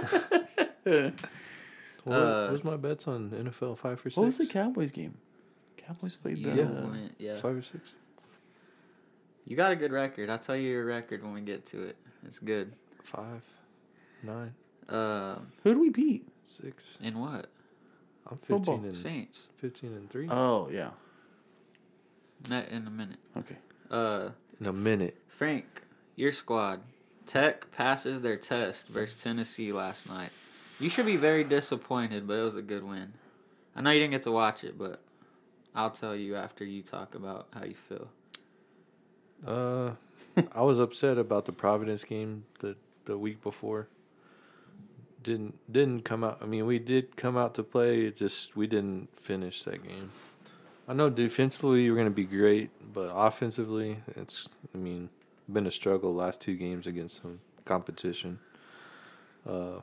Speaker 4: What,
Speaker 3: Uh,
Speaker 4: what was my bets on NFL five or six?
Speaker 2: What was the Cowboys game? Cowboys played
Speaker 3: You
Speaker 2: the.
Speaker 3: went- yeah.
Speaker 4: Five or six?
Speaker 3: You got a good record. I'll tell you your record when we get to it. It's good.
Speaker 4: Five, nine,
Speaker 3: Uh,
Speaker 2: Who'd we beat?
Speaker 4: six.
Speaker 3: in what?
Speaker 4: I'm fifteen
Speaker 2: Football.
Speaker 4: and
Speaker 3: Saints.
Speaker 4: fifteen and three.
Speaker 2: Oh yeah.
Speaker 3: Not in a minute.
Speaker 2: Okay.
Speaker 3: Uh,
Speaker 4: in a minute.
Speaker 3: Frank, your squad. Tech passes their test versus Tennessee last night. You should be very disappointed, but it was a good win. I know you didn't get to watch it, but I'll tell you after you talk about how you feel.
Speaker 4: Uh I was upset about the Providence game the, the week before. Didn't didn't come out I mean we did come out to play, it just we didn't finish that game. I know defensively we're gonna be great, but offensively it's I mean, been a struggle last two games against some competition. Uh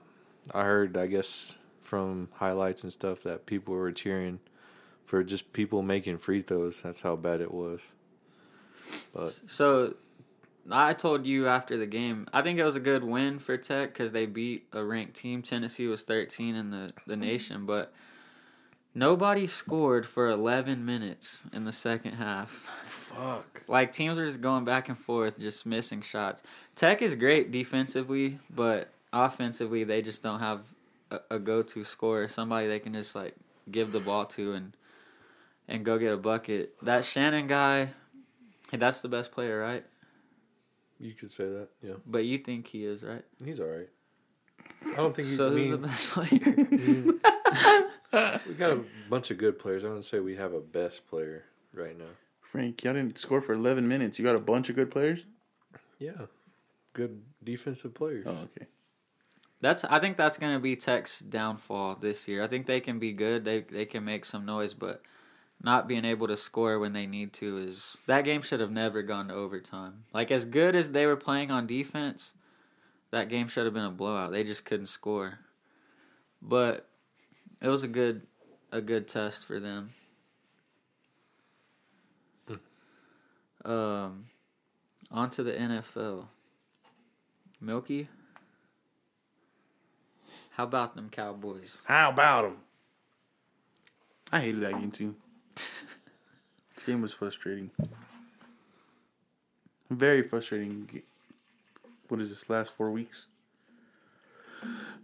Speaker 4: I heard I guess from highlights and stuff that people were cheering for just people making free throws. That's how bad it was. But
Speaker 3: So, I told you after the game, I think it was a good win for Tech because they beat a ranked team. Tennessee was 13 in the, the nation, but nobody scored for 11 minutes in the second half.
Speaker 6: Fuck.
Speaker 3: Like teams are just going back and forth, just missing shots. Tech is great defensively, but offensively they just don't have a, a go-to scorer, somebody they can just like give the ball to and and go get a bucket. That Shannon guy, hey, that's the best player, right?
Speaker 4: You could say that, yeah.
Speaker 3: But you think he is, right?
Speaker 4: He's all right. I don't think he,
Speaker 3: So
Speaker 4: I
Speaker 3: who's the
Speaker 4: mean,
Speaker 3: best player?
Speaker 4: we got a bunch of good players. I wouldn't say we have a best player right now.
Speaker 2: Frank, y'all didn't score for 11 minutes. You got a bunch of good players?
Speaker 4: Yeah. Good defensive players.
Speaker 2: Oh, okay.
Speaker 3: that's I think that's gonna be Tech's downfall this year. I think they can be good. They they can make some noise, but not being able to score when they need to is that game should have never gone to overtime. Like as good as they were playing on defense, that game should have been a blowout. They just couldn't score. But it was a good a good test for them. Um on to the NFL. Milky, how about them Cowboys?
Speaker 2: How about them? I hated that game too. this game was frustrating. Very frustrating. What is this, last four weeks?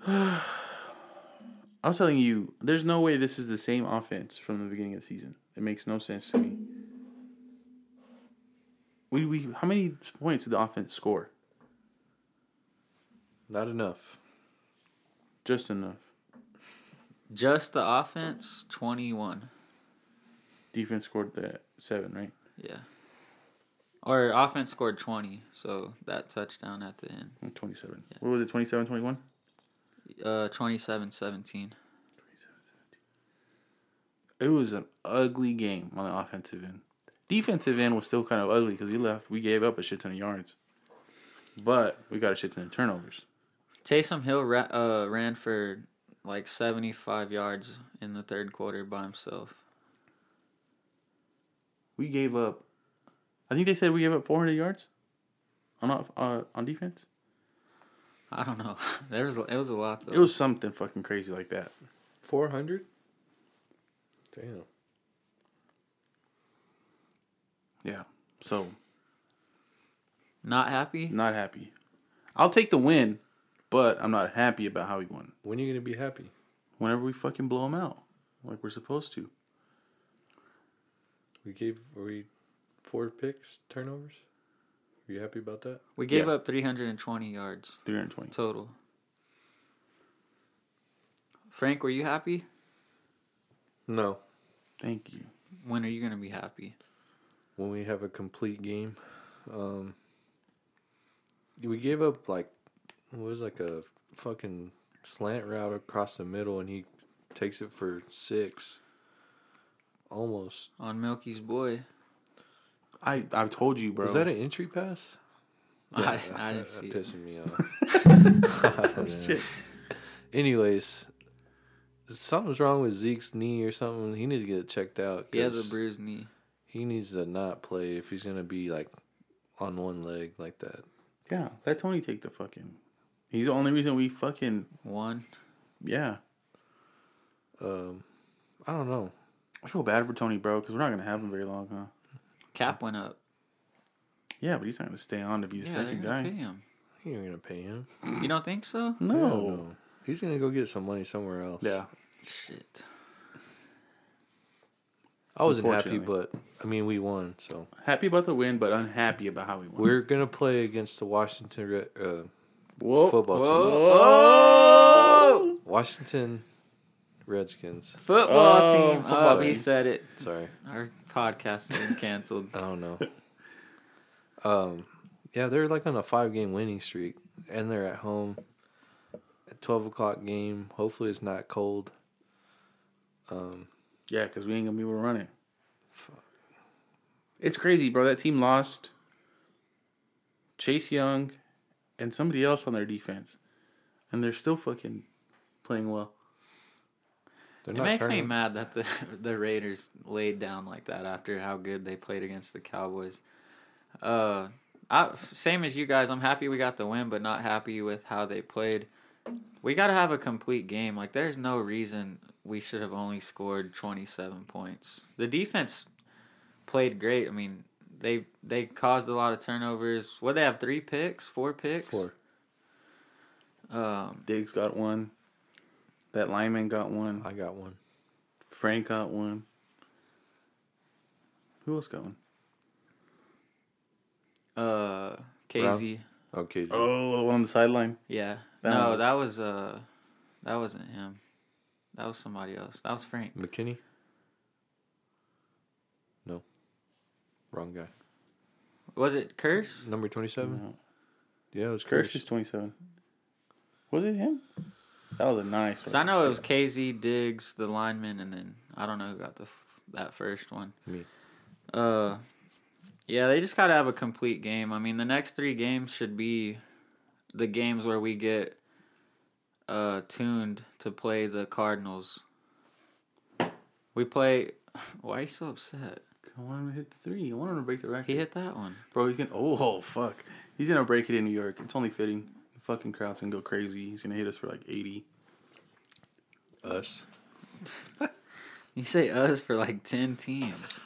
Speaker 2: I was telling you, there's no way this is the same offense from the beginning of the season. It makes no sense to me. We, we how many points did the offense score?
Speaker 4: Not enough.
Speaker 2: Just enough.
Speaker 3: Just the offense, 21.
Speaker 2: Defense scored the seven, right?
Speaker 3: Yeah. Or offense scored 20, so that touchdown at the end.
Speaker 2: Twenty-seven. What was it? 27, 21?
Speaker 3: Uh, 27 17.
Speaker 2: It was an ugly game on the offensive end. Defensive end was still kind of ugly because we left. We gave up a shit ton of yards, but we got a shit ton of turnovers.
Speaker 3: Taysom Hill ra- uh, ran for like 75 yards in the third quarter by himself.
Speaker 2: We gave up. I think they said we gave up 400 yards on off, uh, on defense.
Speaker 3: I don't know. There was it was a lot though.
Speaker 2: It was something fucking crazy like that.
Speaker 4: 400? Damn.
Speaker 2: Yeah. So
Speaker 3: not happy.
Speaker 2: not happy. I'll take the win, but I'm not happy about how we won.
Speaker 4: When are you going to be happy?
Speaker 2: Whenever we fucking blow them out, like we're supposed to.
Speaker 4: We gave, were we four picks, turnovers? Are you happy about that?
Speaker 3: We gave
Speaker 2: Yeah.
Speaker 3: up 320 yards
Speaker 2: 320.
Speaker 3: total. Frank, were you happy?
Speaker 4: No.
Speaker 2: Thank you.
Speaker 3: When are you gonna be happy?
Speaker 4: When we have a complete game, um, we gave up like, what was it, like a fucking slant route across the middle and he takes it for six. Almost.
Speaker 3: On Milky's boy.
Speaker 2: I I've told you, bro.
Speaker 4: Was that an entry pass?
Speaker 3: I,
Speaker 4: Yeah,
Speaker 3: I
Speaker 4: that-
Speaker 3: didn't
Speaker 4: that
Speaker 3: see. It.
Speaker 4: pissing me off. Shit. Anyways, something's wrong with Zeke's knee or something. He needs to get it checked out.
Speaker 3: He has
Speaker 4: 'cause
Speaker 3: a bruised knee.
Speaker 4: He needs to not play if he's gonna be like on one leg like that.
Speaker 2: Yeah, let Tony take the fucking. He's the only reason we fucking
Speaker 3: One.
Speaker 2: yeah.
Speaker 4: I don't know.
Speaker 2: I feel bad for Tony, bro, because we're not gonna have him very long, huh?
Speaker 3: Cap went up.
Speaker 2: Yeah, but he's not gonna stay on to be the
Speaker 3: Yeah, they're
Speaker 2: second
Speaker 3: gonna
Speaker 2: guy.
Speaker 3: pay him.
Speaker 4: He ain't gonna pay him.
Speaker 3: You don't think so?
Speaker 4: Hell
Speaker 2: No.
Speaker 4: He's gonna go get some money somewhere else.
Speaker 2: Yeah.
Speaker 3: Shit.
Speaker 4: I wasn't happy,
Speaker 2: Unfortunately.
Speaker 4: but I mean we won, so
Speaker 2: Happy about the win, but unhappy about how we won.
Speaker 4: we're gonna play against the Washington Re- uh,
Speaker 2: Whoa.
Speaker 4: football team.
Speaker 3: Oh!
Speaker 4: Washington Redskins.
Speaker 3: Football
Speaker 2: Oh,
Speaker 3: team.
Speaker 2: football
Speaker 3: oh, he
Speaker 2: team.
Speaker 3: said it.
Speaker 4: Sorry.
Speaker 3: Our podcast has been canceled.
Speaker 4: I don't know. um, yeah, they're like on a five game winning streak, and they're at home. At twelve o'clock game. Hopefully, it's not cold.
Speaker 2: Yeah, because we ain't gonna be able to run it. It's crazy, bro. That team lost Chase Young and somebody else on their defense, and they're still fucking playing well.
Speaker 4: They're
Speaker 3: It
Speaker 4: not
Speaker 3: makes
Speaker 4: turning.
Speaker 3: me mad that the the Raiders laid down like that after how good they played against the Cowboys. Uh, I, same as you guys, I'm happy we got the win, but not happy with how they played. We got to have a complete game. Like, there's no reason we should have only scored 27 points. The defense played great. I mean, they they caused a lot of turnovers. What they have three picks, four picks.
Speaker 4: Four.
Speaker 3: Um,
Speaker 2: Diggs got one. That lineman got one.
Speaker 4: I got one.
Speaker 2: Frank got one. Who else got one?
Speaker 3: uh, KZ.
Speaker 4: Okay. Z.
Speaker 2: Oh, the one on the sideline.
Speaker 3: Yeah.
Speaker 2: That
Speaker 3: no,
Speaker 2: was-
Speaker 3: that was uh that wasn't him. That was somebody else. That was Frank.
Speaker 4: McKinney. No. Wrong guy.
Speaker 3: Was it Curse?
Speaker 4: Number twenty-seven.
Speaker 2: No.
Speaker 4: Yeah, it was Mm.
Speaker 2: Kirsch
Speaker 4: Curse.
Speaker 2: Mm-hmm. is 27. Was it him? That was a nice one.
Speaker 3: Cuz I know it was KZ Diggs, the lineman and then I don't know who got the f- that first one.
Speaker 4: Me.
Speaker 3: Uh yeah, they just got to have a complete game. I mean, the next 3 games should be the games where we get uh tuned to play the Cardinals. We play Why are you so upset?
Speaker 2: I want him to hit the three. I want him to break the record.
Speaker 3: He hit that one.
Speaker 2: Bro, he's gonna. Oh, fuck. He's gonna break it in New York. It's only fitting. The fucking crowd's gonna go crazy. He's gonna hit us for like 80.
Speaker 4: Us.
Speaker 3: You say us for like 10 teams.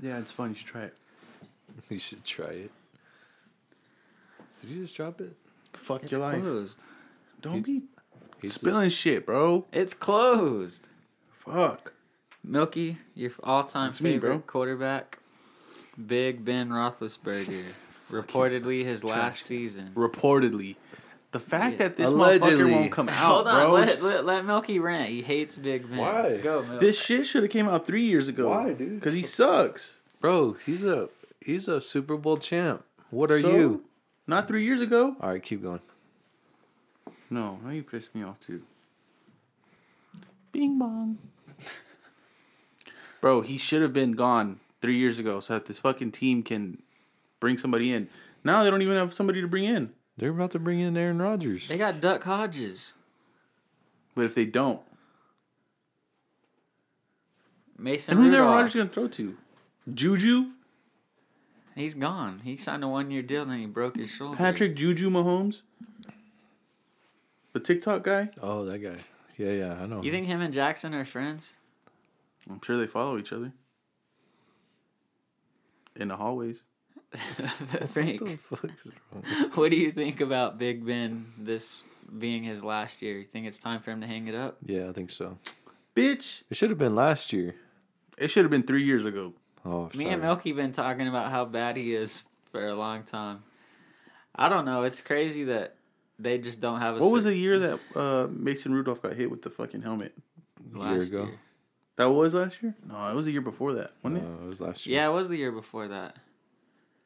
Speaker 2: Yeah, it's fun. You should try it.
Speaker 4: You should try it. Did you just drop it?
Speaker 2: Fuck
Speaker 3: It's
Speaker 2: your life.
Speaker 3: closed.
Speaker 2: Don't be
Speaker 4: He's
Speaker 2: spilling
Speaker 4: just-
Speaker 2: shit, bro.
Speaker 3: It's closed.
Speaker 2: Fuck.
Speaker 3: Milky, your all-time
Speaker 2: me,
Speaker 3: favorite
Speaker 2: bro.
Speaker 3: quarterback, Big Ben Roethlisberger, reportedly his last season.
Speaker 2: Reportedly, the fact that this motherfucker
Speaker 3: Allegedly.
Speaker 2: won't come out,
Speaker 3: Hold on,
Speaker 2: bro.
Speaker 3: let, let, let Milky rant. He hates Big Ben.
Speaker 4: Why?
Speaker 3: Go, Milky.
Speaker 2: This shit should have came out three years ago.
Speaker 4: Why, dude?
Speaker 2: Because he sucks.
Speaker 4: bro, he's a he's a Super Bowl champ. What are
Speaker 2: So?
Speaker 4: you?
Speaker 2: Not three years ago.
Speaker 4: All right, keep going.
Speaker 2: No, now you pissed me off too. Bing bong. Bro, he should have been gone three years ago so that this fucking team can bring somebody in. Now they don't even have somebody to bring in.
Speaker 4: They're about to bring in Aaron Rodgers.
Speaker 3: They got Duck Hodges,
Speaker 2: But if they don't,
Speaker 3: Mason
Speaker 2: and who's Aaron
Speaker 3: Rudolph.
Speaker 2: Rodgers going to throw to? Juju?
Speaker 3: He's gone. He signed a one-year deal, and then he broke his shoulder.
Speaker 2: Patrick Juju Mahomes? The TikTok guy?
Speaker 4: Oh, that guy. Yeah, yeah, I know.
Speaker 3: you think him and Jackson are friends?
Speaker 2: I'm sure they follow each other. In the hallways.
Speaker 3: Frank,
Speaker 4: What the fuck's wrong?
Speaker 3: what do you think about Big Ben? This being his last year, you think it's time for him to hang it up?
Speaker 4: Yeah, I think so.
Speaker 2: Bitch!
Speaker 4: It should have been last year.
Speaker 2: It should have been three years ago.
Speaker 4: Oh,
Speaker 3: Me
Speaker 4: sorry.
Speaker 3: and Milky been talking about how bad he is for a long time. I don't know. It's crazy that they just don't have a.
Speaker 2: What was
Speaker 3: cer-
Speaker 2: the year that uh, Mason Rudolph got hit with the fucking helmet?
Speaker 4: A year ago.
Speaker 2: That was last year? Uh, No, it was the year before that, wasn't it?
Speaker 4: No, Oh, it was last year.
Speaker 3: Yeah, it was the year before that.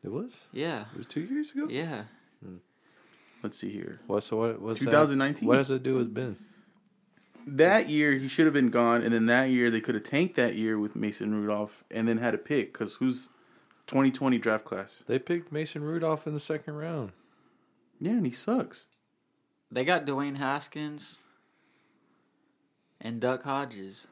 Speaker 4: it was.
Speaker 3: Yeah,
Speaker 4: It was two years ago.
Speaker 3: yeah.
Speaker 2: Let's see here.
Speaker 4: What? So what? What's that-
Speaker 2: 2019?
Speaker 4: What does it do with Ben?
Speaker 2: That year he should have been gone, and then that year they could have tanked that year with Mason Rudolph, and then had a pick because who's 2020 draft class?
Speaker 4: They picked Mason Rudolph in the second round.
Speaker 2: Yeah, and he sucks.
Speaker 3: They got Dwayne Haskins and Duck Hodges.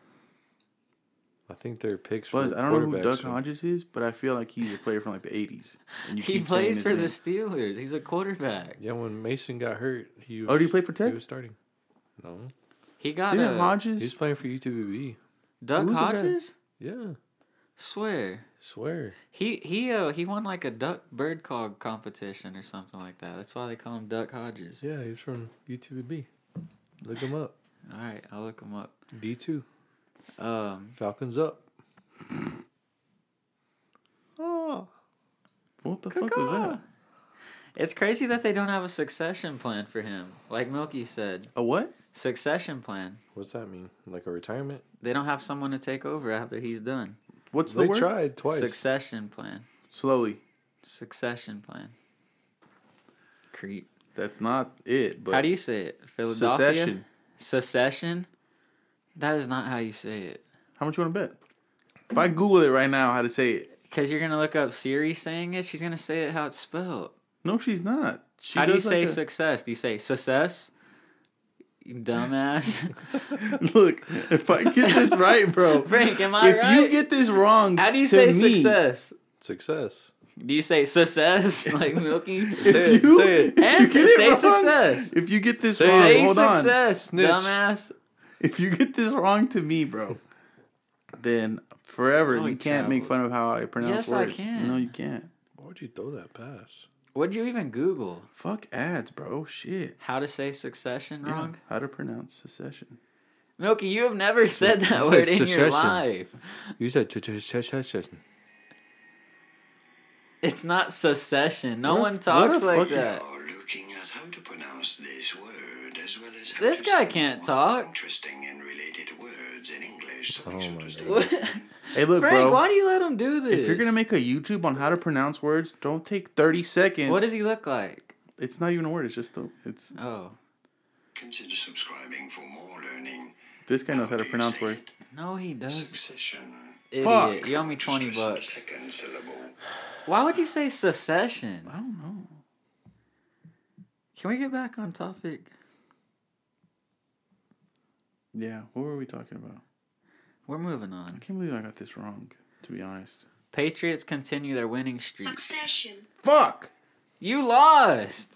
Speaker 4: I think their picks for
Speaker 2: Plus, I don't know who
Speaker 4: quarterbacks
Speaker 2: Doug
Speaker 4: are-
Speaker 2: Hodges is, but I feel like he's a player from like the 80s. And you
Speaker 3: He
Speaker 2: keep saying
Speaker 3: plays
Speaker 2: his
Speaker 3: for the
Speaker 2: name.
Speaker 3: Steelers. He's a quarterback.
Speaker 4: Yeah, when Mason got hurt, he. Was,
Speaker 2: Oh, did he play for Tech?
Speaker 4: He was starting. No,
Speaker 3: He got
Speaker 2: Didn't
Speaker 3: a
Speaker 2: Hodges?
Speaker 4: he's playing for UTBB.
Speaker 3: Duck
Speaker 2: who's the guy?
Speaker 3: Hodges.
Speaker 4: Yeah,
Speaker 3: Swear.
Speaker 4: swear.
Speaker 3: He he uh, he won like a duck bird cog competition or something like that. That's why they call him Duck Hodges.
Speaker 4: Yeah, he's from UTBB. Look him up.
Speaker 3: All right, I'll look him up.
Speaker 4: D two
Speaker 3: Um,
Speaker 4: Falcons up. oh,
Speaker 2: What the fuck was that?
Speaker 3: it's crazy that they don't have a succession plan for him. Like Milky said,
Speaker 2: A what?
Speaker 3: succession plan.
Speaker 4: what's that mean? Like a retirement?
Speaker 3: They don't have someone to take over after he's done.
Speaker 2: What's the
Speaker 4: they
Speaker 2: word?
Speaker 4: tried twice.
Speaker 3: Succession plan.
Speaker 2: Slowly.
Speaker 3: Succession plan. Creep.
Speaker 2: That's not it. But
Speaker 3: how do you say it? Philadelphia.
Speaker 2: secession?
Speaker 3: Secession? That is not how you say it.
Speaker 2: How much you want to bet? If I Google it right now, how to say it?
Speaker 3: Because you're gonna look up Siri saying it. She's gonna say it how it's spelled.
Speaker 2: No, she's not. She
Speaker 3: how do you
Speaker 2: does
Speaker 3: say
Speaker 2: like a-
Speaker 3: success? Do you say success? You dumbass.
Speaker 2: Look, if I get this right, bro.
Speaker 3: Frank, am I
Speaker 2: if you
Speaker 3: right?
Speaker 2: get this wrong,
Speaker 3: how do you
Speaker 2: to
Speaker 3: say
Speaker 2: me,
Speaker 3: success?
Speaker 4: Success.
Speaker 3: Do you say success like Milky?
Speaker 4: Say it,
Speaker 2: If you,
Speaker 4: say it.
Speaker 2: if you
Speaker 3: Answer,
Speaker 2: get it
Speaker 3: say
Speaker 2: wrong-
Speaker 3: success.
Speaker 2: If you get this
Speaker 4: Say
Speaker 2: wrong,
Speaker 4: it.
Speaker 3: say
Speaker 2: hold on.
Speaker 3: success,
Speaker 4: Snitch.
Speaker 3: dumbass.
Speaker 2: If you get this wrong to me, bro, then forever
Speaker 3: No,
Speaker 2: you
Speaker 3: he
Speaker 2: can't make
Speaker 3: traveled.
Speaker 2: fun of how I pronounce
Speaker 3: Yes, I
Speaker 2: words.
Speaker 3: can.
Speaker 2: No, you can't.
Speaker 4: Why would you throw that pass?
Speaker 3: What'd you even Google?
Speaker 2: Fuck ads, bro. Shit.
Speaker 3: How to say succession
Speaker 2: Yeah,
Speaker 3: wrong?
Speaker 2: How to pronounce secession?
Speaker 3: Milky, you have never said that
Speaker 4: It's
Speaker 3: word
Speaker 4: like
Speaker 3: in your
Speaker 4: secession.
Speaker 3: life.
Speaker 4: You said ch- ch- ch- ch- ch-
Speaker 3: It's not secession. No
Speaker 2: What a-
Speaker 3: one
Speaker 2: what
Speaker 3: talks
Speaker 2: a
Speaker 3: like
Speaker 2: fucking-
Speaker 3: that.
Speaker 5: Or looking at how to pronounce this word as well as how
Speaker 3: This
Speaker 5: to
Speaker 3: guy
Speaker 5: say
Speaker 3: can't
Speaker 5: more
Speaker 3: talk.
Speaker 5: Interesting and related words in English. So
Speaker 4: Oh
Speaker 5: make sure
Speaker 4: my
Speaker 5: to stay
Speaker 3: What?
Speaker 2: Hey, look,
Speaker 3: Frank,
Speaker 2: bro.
Speaker 3: why do you let him do this?
Speaker 2: if you're gonna make a YouTube on how to pronounce words, don't take 30 seconds.
Speaker 3: What does he look like?
Speaker 2: It's not even a word. It's just the. It's
Speaker 3: Oh.
Speaker 5: Consider subscribing for more learning.
Speaker 2: this guy knows how to
Speaker 3: Oh,
Speaker 5: do you
Speaker 2: pronounce
Speaker 5: say
Speaker 2: words.
Speaker 5: it?
Speaker 3: No, he does.
Speaker 5: Succession.
Speaker 3: Idiot.
Speaker 2: Fuck.
Speaker 3: You owe me 20
Speaker 5: Stress on the
Speaker 3: bucks.
Speaker 5: Second syllable.
Speaker 3: Why would you say secession?
Speaker 2: I don't know.
Speaker 3: Can we get back on topic?
Speaker 2: Yeah, what were we talking about?
Speaker 3: We're moving
Speaker 2: I
Speaker 3: on.
Speaker 2: can't believe I got this wrong, to be honest.
Speaker 3: Patriots continue their winning streak.
Speaker 7: Succession.
Speaker 2: Fuck!
Speaker 3: You lost.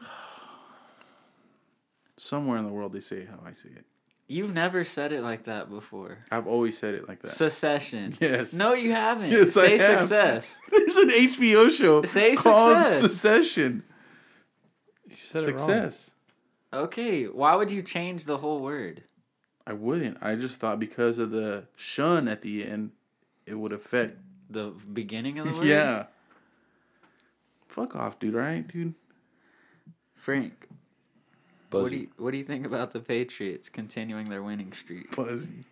Speaker 2: Somewhere in the world they say it how I say it.
Speaker 3: You've never said it like that before.
Speaker 2: I've always said it like that.
Speaker 3: Secession.
Speaker 2: Yes.
Speaker 3: No, you haven't.
Speaker 2: Yes,
Speaker 3: say
Speaker 2: I have.
Speaker 3: success.
Speaker 2: There's an HBO show
Speaker 3: Say
Speaker 2: called
Speaker 3: success.
Speaker 2: Secession.
Speaker 4: You said it wrong.
Speaker 2: Success.
Speaker 3: Okay, why would you change the whole word?
Speaker 2: I wouldn't. I just thought because of the shun at the end, it would affect.
Speaker 3: The beginning of the word?
Speaker 2: yeah. Fuck off, dude. All right, dude.
Speaker 3: Frank, what do,
Speaker 4: Buzzy.
Speaker 3: you, what do you think about the Patriots continuing their winning streak?
Speaker 2: Fuzzy.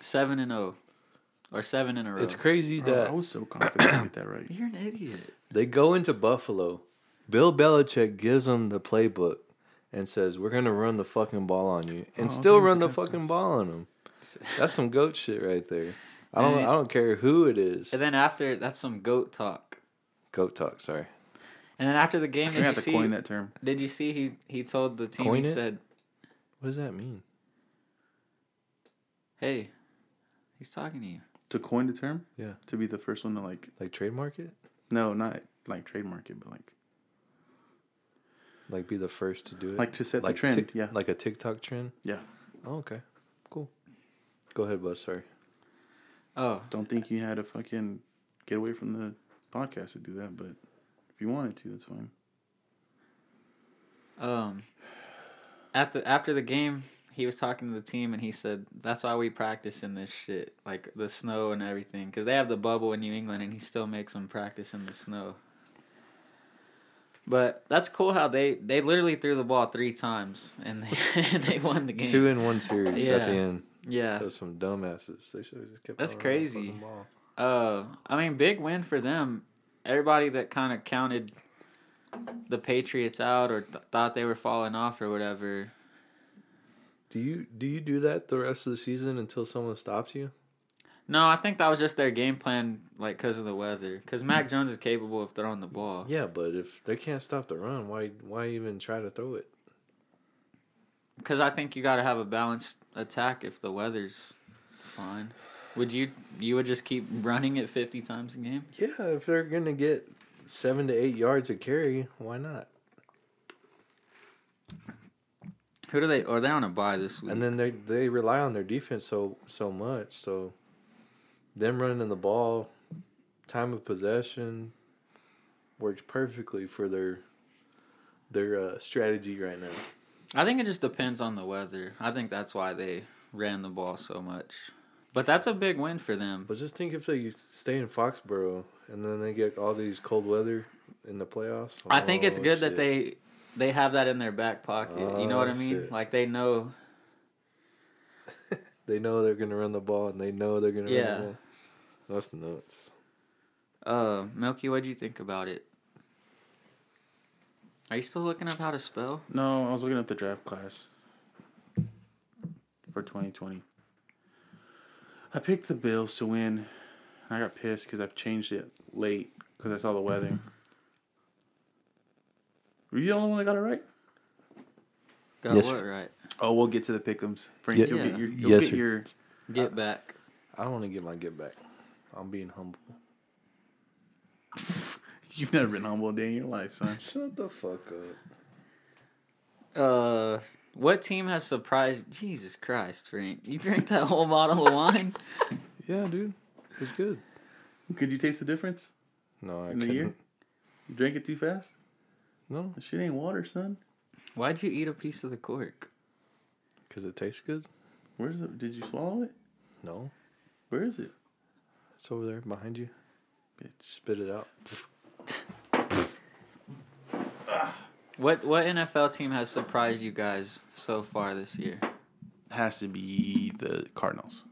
Speaker 3: 7 and 0. Or 7 in a row.
Speaker 4: It's crazy
Speaker 2: Bro, I
Speaker 4: that
Speaker 2: was so confident to get that right.
Speaker 3: You're an idiot.
Speaker 4: they go into Buffalo. Bill Belichick gives them the playbook and says, "We're gonna run the fucking ball on you," and
Speaker 2: Oh,
Speaker 4: still
Speaker 2: thank
Speaker 4: run the
Speaker 2: goodness.
Speaker 4: fucking ball on them. That's some goat shit right there. I don't.
Speaker 3: And-
Speaker 4: I don't care who it is.
Speaker 3: And then after, that's some goat talk.
Speaker 4: Goat talk. Sorry.
Speaker 3: And then after the game,
Speaker 2: We
Speaker 3: did you,
Speaker 2: have to
Speaker 3: see,
Speaker 2: coin that term.
Speaker 3: did you see he, he told the team,
Speaker 4: Coin
Speaker 3: he
Speaker 4: it?
Speaker 3: said,
Speaker 4: What does that mean?
Speaker 3: hey, he's talking to you.
Speaker 2: To coin the term?
Speaker 4: Yeah.
Speaker 2: To be the first one to like,
Speaker 4: Like trademark it?
Speaker 2: no, not like trademark it, but like,
Speaker 4: Like be the first to do it?
Speaker 2: Like to set the trend,
Speaker 4: Tik-
Speaker 2: yeah.
Speaker 4: Like a TikTok trend.
Speaker 2: yeah.
Speaker 4: Oh, okay. Cool. Go ahead, Buzz. Sorry.
Speaker 3: Oh,
Speaker 2: Don't think you had to fucking get away from the podcast to do that, but if you wanted to, that's fine.
Speaker 3: Um, after after the game, he was talking to the team and he said, "That's why we practice in this shit, like the snow and everything, because they have the bubble in New England, and he still makes them practice in the snow." But that's cool how they they literally threw the ball three times and they and they won the game.
Speaker 4: Two in one series at the
Speaker 3: Yeah.
Speaker 4: end.
Speaker 3: yeah,
Speaker 4: That's some dumbasses. They should have just kept.
Speaker 3: That's
Speaker 4: on running the
Speaker 3: crazy.
Speaker 4: fucking ball.
Speaker 3: Uh, I mean, big win for them. Everybody that kind of counted the Patriots out or th- thought they were falling off or whatever.
Speaker 4: Do you do you do that the rest of the season until someone stops you?
Speaker 3: No, I think that was just their game plan, like because of the weather. Because Mac Jones is capable of throwing the ball.
Speaker 4: Yeah, but if they can't stop the run, why why even try to throw it?
Speaker 3: Because I think you got to have a balanced attack if the weather's fine. Would you? You would just keep running it fifty times a game.
Speaker 4: Yeah, if they're gonna get seven to eight yards a carry, why not?
Speaker 3: Who do they? Or they're on a bye this week.
Speaker 4: And then they they rely on their defense so so much. So them running the ball, time of possession works perfectly for their their uh, strategy right now.
Speaker 3: I think it just depends on the weather. I think that's why they ran the ball so much. But that's a big win for them.
Speaker 4: But just think if they stay in Foxborough and then they get all these cold weather in the playoffs.
Speaker 3: I think it's
Speaker 4: Oh,
Speaker 3: good that
Speaker 4: shit.
Speaker 3: they they have that in their back pocket. you know what I
Speaker 4: Oh,
Speaker 3: mean?
Speaker 4: shit.
Speaker 3: Like they know.
Speaker 4: they know they're gonna run the ball and they know they're gonna
Speaker 3: Yeah.
Speaker 4: run the ball. That's nuts.
Speaker 3: Uh, Milky, what'd you think about it? Are you still looking up how to spell?
Speaker 2: No, I was looking up the draft class for 2020. I picked the Bills to win. I got pissed because I changed it late because I saw the weather. Were you the only one that got it right?
Speaker 3: Got
Speaker 4: Yes,
Speaker 3: what right?
Speaker 4: Uh,
Speaker 2: Oh, we'll get to the pickums. Frank,
Speaker 4: Ye-
Speaker 2: you'll get
Speaker 3: Yeah.
Speaker 2: your you'll
Speaker 4: Yes,
Speaker 2: get
Speaker 4: sir.
Speaker 2: your
Speaker 3: Get back.
Speaker 4: I don't want to get my get back. I'm being humble.
Speaker 2: you've never been humble a day in your life, son.
Speaker 4: Shut the fuck up.
Speaker 3: Uh, what team has surprised? Jesus Christ, Frank! You drank that whole bottle of wine.
Speaker 4: Yeah, dude, it's good.
Speaker 2: Could you taste the difference?
Speaker 4: No, I
Speaker 2: In the
Speaker 4: couldn't.
Speaker 2: year? You drank it too fast?
Speaker 4: No,
Speaker 2: That shit ain't water, son.
Speaker 3: Why'd you eat a piece of the cork?
Speaker 4: because it tastes good.
Speaker 2: Where's it? Did you swallow it?
Speaker 4: No,
Speaker 2: Where is it?
Speaker 4: it's over there behind you.
Speaker 2: Bitch.
Speaker 4: Spit it out.
Speaker 3: What what NFL team has surprised you guys so far this year?
Speaker 2: Has to be the Cardinals.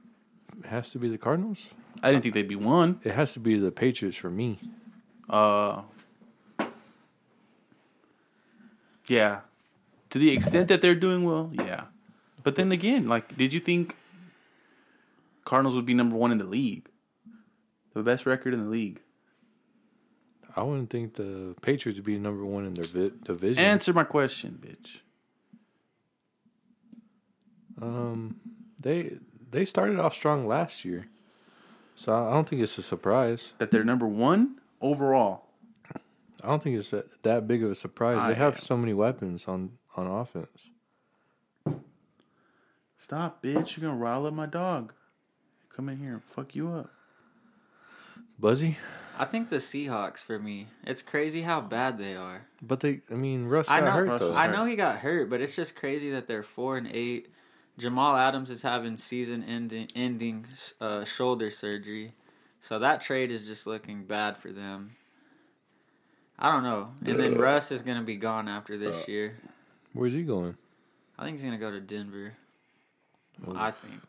Speaker 4: It has to be the Cardinals.
Speaker 2: I didn't think they'd be one.
Speaker 4: It has to be the Patriots for me.
Speaker 2: Uh, yeah. To the extent that they're doing well, yeah. But then again, like, did you think Cardinals would be number one in the league? The best record in the league.
Speaker 4: I wouldn't think the Patriots would be number one in their vi- division.
Speaker 2: Answer my question, bitch.
Speaker 4: um, they they started off strong last year, so I don't think it's a surprise.
Speaker 2: That they're number one overall.
Speaker 4: I don't think it's that, that big of a surprise.
Speaker 2: I
Speaker 4: they have
Speaker 2: am.
Speaker 4: so many weapons on on offense.
Speaker 2: Stop, bitch. You're gonna rile up my dog. Come in here and fuck you up.
Speaker 4: Buzzy,
Speaker 3: I think the Seahawks for me. It's crazy how bad they are.
Speaker 4: But they, I mean, Russ
Speaker 3: I
Speaker 4: got
Speaker 3: know,
Speaker 4: hurt
Speaker 2: Russ
Speaker 4: though.
Speaker 2: was
Speaker 3: I
Speaker 2: hurt.
Speaker 3: know he got hurt, but it's just crazy that they're four and eight. Jamal Adams is having season ending ending uh, shoulder surgery, so that trade is just looking bad for them. I don't know. And then Russ is gonna be gone after this
Speaker 4: Uh.
Speaker 3: year.
Speaker 4: Where's he going?
Speaker 3: I think he's gonna go to Denver. I think.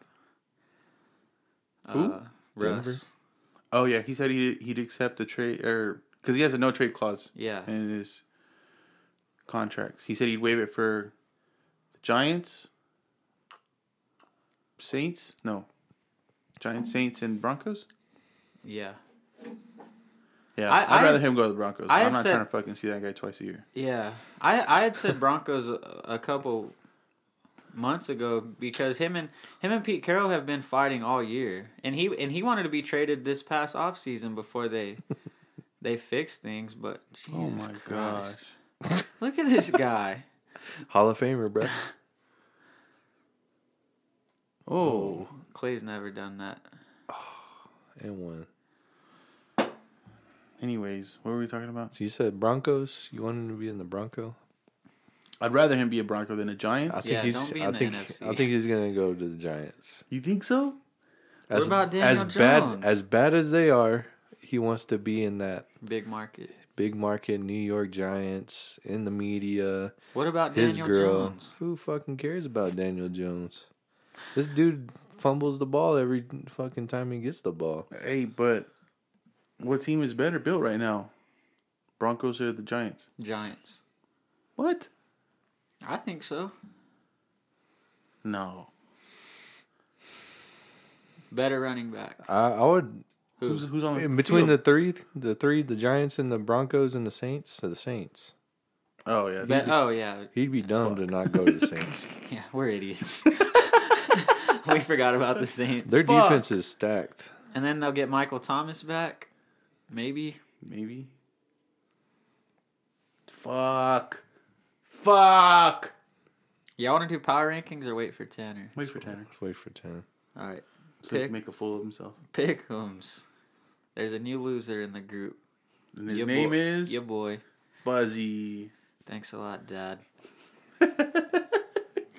Speaker 2: Who?
Speaker 3: Uh, Russ.
Speaker 4: Denver?
Speaker 2: Oh yeah, he said he he'd accept the trade or because he has a no trade clause
Speaker 3: Yeah.
Speaker 4: Eh.
Speaker 2: in his contracts. He said he'd waive it for the Giants, Saints. No, Giants, Saints, and Broncos.
Speaker 3: Yeah.
Speaker 2: Yeah,
Speaker 3: I-
Speaker 2: I, would
Speaker 3: I-
Speaker 2: rather him go to the Broncos.
Speaker 3: I
Speaker 2: I
Speaker 3: had
Speaker 2: am not
Speaker 3: said-
Speaker 2: trying to fucking see that guy twice a year.
Speaker 3: Yeah, I I had said Broncos a, a couple months ago because him and him and Pete Carroll have been fighting all year, and he and he wanted to be traded this past off season before they they fixed things. But Jesus
Speaker 2: Oh my
Speaker 3: Christ.
Speaker 2: gosh.
Speaker 3: look at this guy!
Speaker 4: Hall of Famer, bro.
Speaker 2: Oh,
Speaker 3: Clay's never done that.
Speaker 4: and one.
Speaker 2: anyways, what were we talking about?
Speaker 4: So you said Broncos. You want him to be in the Bronco?
Speaker 2: I'd rather him be a Bronco than a Giant.
Speaker 4: I think
Speaker 3: Yeah,
Speaker 4: he's.
Speaker 3: don't be
Speaker 4: I
Speaker 3: in the
Speaker 4: think.
Speaker 3: NFC.
Speaker 4: I think he's gonna go to the Giants.
Speaker 2: You think so?
Speaker 4: As,
Speaker 3: about Daniel
Speaker 4: as bad
Speaker 3: Jones?
Speaker 4: as bad as they are, he wants to be in that
Speaker 3: Big market.
Speaker 4: big market, New York Giants, in the media.
Speaker 3: What about
Speaker 4: His
Speaker 3: Daniel
Speaker 4: girl.
Speaker 3: Jones?
Speaker 4: Who fucking cares about Daniel Jones? This dude fumbles the ball every fucking time he gets the ball.
Speaker 2: Hey, but what team is better built right now? Broncos or the Giants?
Speaker 3: Giants.
Speaker 2: What?
Speaker 3: I think so.
Speaker 2: No.
Speaker 3: Better running back.
Speaker 4: I, I would
Speaker 3: Who?
Speaker 2: Who's who's on
Speaker 4: in between the
Speaker 2: field?
Speaker 4: three, the three, the Giants and the Broncos and the Saints. To the Saints,
Speaker 2: Oh yeah.
Speaker 3: Be- oh yeah,
Speaker 4: he'd be dumb to not go to the Saints.
Speaker 3: yeah. We're idiots. we forgot about the Saints.
Speaker 4: Their defense is stacked.
Speaker 3: And then they'll get Michael Thomas back. Maybe.
Speaker 2: Maybe. Fuck. Fuck.
Speaker 3: Y'all want to do power rankings or wait for Tanner?
Speaker 2: Wait for Tanner.
Speaker 4: Let's wait for ten.
Speaker 3: All right.
Speaker 2: So he
Speaker 3: Pick.
Speaker 2: can make a fool of himself.
Speaker 3: Pickums. There's a new loser in the group.
Speaker 2: And his
Speaker 3: Your
Speaker 2: name
Speaker 3: boy-
Speaker 2: is
Speaker 3: Your boy.
Speaker 2: Buzzy.
Speaker 3: Thanks a lot, Dad.